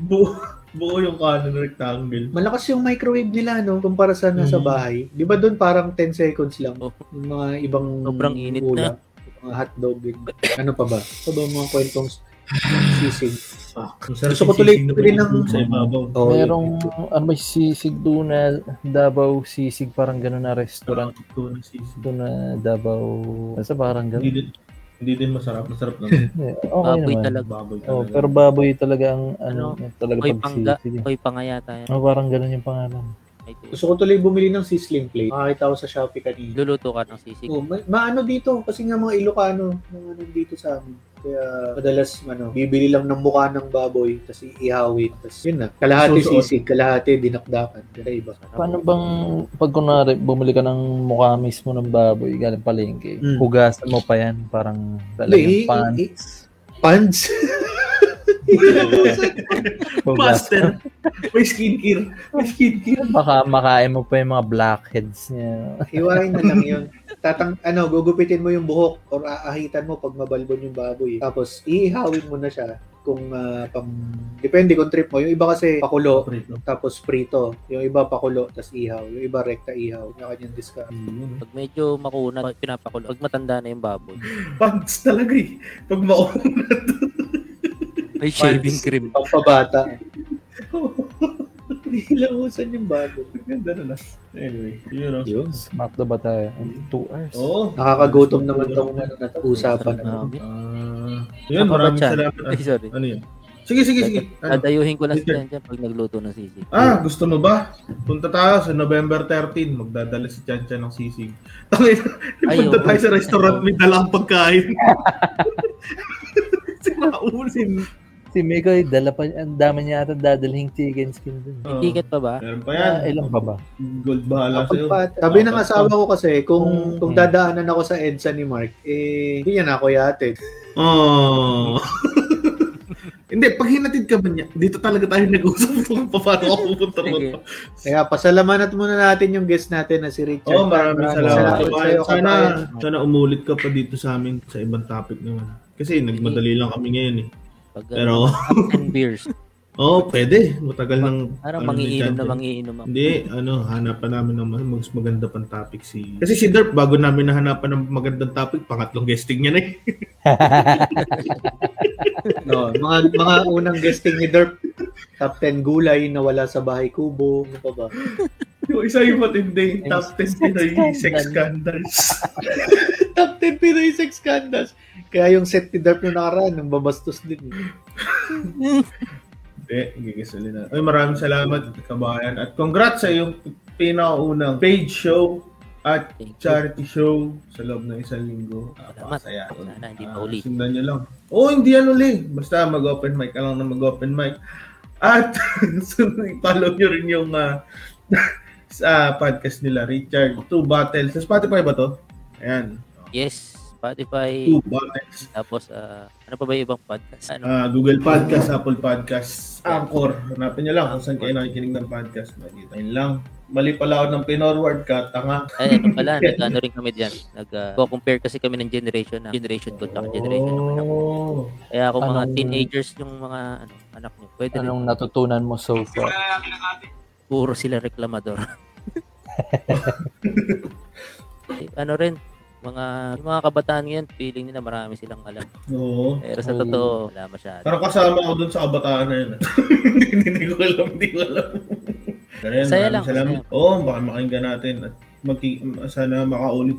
buo, buo yung kanan ng rectangle.
Malakas yung microwave nila, no? Kumpara sa nasa
Mm.
bahay. Di ba doon parang 10 seconds lang?
Oo.
Yung mga ibang
Sobrang init
ulam. Mga hotdog. yun. Ano pa ba? Ano ba yung mga kwentong sisig?
Fuck. Masarap
Gusto ko
yung
tuloy-
sisig na
tuloy ng-
pinipulot sa ibabaw.
Oo, yun.
Merong, ano ba, sisig doon na Davao sisig, parang gano'n na restaurant
Ito na sisig.
doon na Davao. Basta parang
Hindi
gano'n.
din, hindi din masarap. Masarap
[laughs]
lang.
Eh, Okay
Baboy
naman.
talaga.
Baboy
Oh,
talaga. [laughs]
pero baboy talaga ang ano, talaga
Koy
pag
pangga.
sisig.
Koy pangaya tayo.
Oh, parang gano'n yung pangalan.
Ay, tuloy.
Gusto ko tuloy bumili ng sizzling plate. Makakita ko sa Shopee kanina.
Luluto ka ng sisig.
Oh, ma- maano dito kasi nga mga Ilocano, mga ano dito sa amin. Kaya madalas ano, bibili lang ng mukha ng baboy tapos iihawin. Tapos yun na, kalahati
Susuot.
sisig, kalahati dinakdakan. Kaya iba.
Paano bang pag kunwari bumili ka ng mukha mismo ng baboy galing palengke,
Mm.
hugasan mo pa yan parang
Hindi,
talagang
i-
pan.
i- Pans?
Hugasan.
Master! May skincare. May skincare.
Baka makain mo pa yung mga blackheads niya.
[laughs] Hiwain na lang yun. Tatang, ano, gugupitin mo yung buhok or aahitan mo pag mabalbon yung baboy. Tapos, iihawin mo na siya kung ah, pang... Depende kung trip mo. Yung iba kasi pakulo, tapos prito. Yung iba pakulo, tas ihaw. Yung iba rekta ihaw. Yung kanyang diska.
Pag medyo makuna, pag pinapakulo. Pag matanda na yung baboy.
[laughs] Pants talaga eh. Pag mauna.
May shaving cream.
Pampabata. Hilamusan yung bago.
[laughs] Ganda na lang. Anyway, yun oh. know.
Yun. Hmm. Oh.
Makdo ba tayo? Two hours.
Oo.
Nakakagutom naman itong ano, nat- usapan na.
Sarap namin.
Ah, yun,
Ano, Ako ba,
maraming
Chan?
salamat.
[laughs] Ay, sorry.
Ano yun? Sige, sige, sige. Ano?
Dadayuhin ko lang si
Richard.
Chan Chan pag nagluto ng sisig.
Ah, gusto mo ba? Punta tayo sa November 13. Magdadala si Chan Chan ng sisig. [laughs] Tangin,
Ayaw.
punta tayo sa restaurant.
Ayaw.
May dalang pagkain. si Raul.
Si Mikoy, dala pa, ang dami niya ata dadalhing chicken skin dun.
Oo.
Ticket pa ba?
Meron pa yan.
Ah, ilan pa ba?
Gold bahala sa'yo.
Pagpa- sabi ng
Apat
asawa ko kasi, kung,
Mm.
kung dadaanan ako sa EDSA ni Mark, eh, hindi niya na ako yatin.
Oh. [laughs] Hindi, pag hinatid ka ba niya, dito talaga tayo nag-usap kung paano ako pupunta
Sige.
mo.
Kaya pasalamat muna natin yung guest natin na si Richard.
Oo, maraming salamat.
sa'yo,
Sana,
kapatid.
sana umulit ka pa dito sa amin sa ibang topic naman. Kasi nagmadali lang kami ngayon eh.
Pag, uh,
Pero, [laughs]
and beers.
oo, oh, pwede. Matagal nang...
Parang
ano,
mangiinom na
nag-chat.
mangiinom ako.
Hindi, ano, hanapan namin ng mas mas maganda pang topic si... Kasi si Derp, bago namin nahanapan ng magandang topic, pangatlong guesting niya na eh.
No, mga mga unang guesting ni Derp. Top 10 gulay na wala sa bahay kubo. Ano pa ba?
[laughs] Yung isa yung matindi,
Yung
top 10 Pinoy sex
[laughs]
scandals.
Top 10 Pinoy sex scandals. Kaya yung set ni Derp yung nakaraan, nang babastos din.
Hindi, gigisulin na. Ay, maraming salamat, kabayan. At congrats sa iyong pinakaunang paid show at
Thank you.
charity show sa loob ng isang linggo. Ah,
Salamat.
Masaya.
Sana hindi
Ah,
pa uli.
Sundan niyo lang. Oo, oh, hindi yan uli. Basta mag-open mic ka lang na mag-open mic. At [laughs] sunod, follow niyo rin yung ah, [laughs] sa podcast nila, Richard. Two Battles. Sa Spotify ba to? Ayan.
Yes, Spotify.
Two Battles.
Tapos, ah, ano pa ba yung ibang podcast? Ano?
Ah, Google Podcast, Apple Podcast, Anchor. Hanapin nyo lang kung saan kayo nakikinig ng podcast. Makikita nyo lang. Mali pala ako ng pinorward ka, tanga.
Ay, ano pala,
[laughs]
nag-ano rin kami diyan. Nag-compare kasi kami ng generation na generation ko at generation ng anak ko.
Oh.
Kaya kung mga
Anong-
teenagers yung mga ano, anak niyo, pwede rin.
Anong natutunan mo so far?
Puro sila reklamador.
[laughs]
Eh, ano rin, mga yung mga kabataan ngayon, feeling nila marami silang alam.
Oo.
Pero sa
Oo.
totoo, wala masyado.
Pero kasama ako dun sa kabataan na yun. [laughs] Hindi, hindi, hindi ko alam, hindi ko alam. Ganun,
Masaya
maraming
lang,
Salamat. Oo, baka makinggan natin. At maki- sana makaulit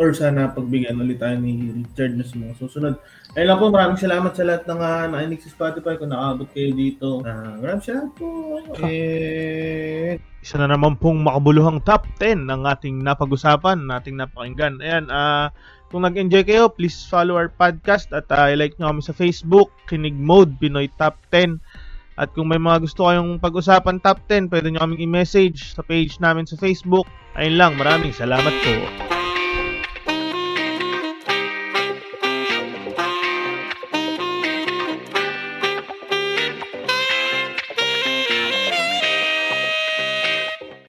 or sana pagbigyan ulit tayo ni Richard na sa mga susunod. Ayun lang po, maraming salamat sa lahat ng uh, nakinig sa Spotify kung nakaabot kayo dito. Ah, maraming salamat po.
Eh,
isa na naman pong makabuluhang top 10 ng ating napag-usapan, nating napakinggan. Ayan, ah, kung nag-enjoy kayo, please follow our podcast at ah, i-like nyo kami sa Facebook, Kinig Mode, Pinoy Top 10. At kung may mga gusto kayong pag-usapan top 10, pwede nyo kaming i-message sa page namin sa Facebook. Ayun lang, maraming salamat po.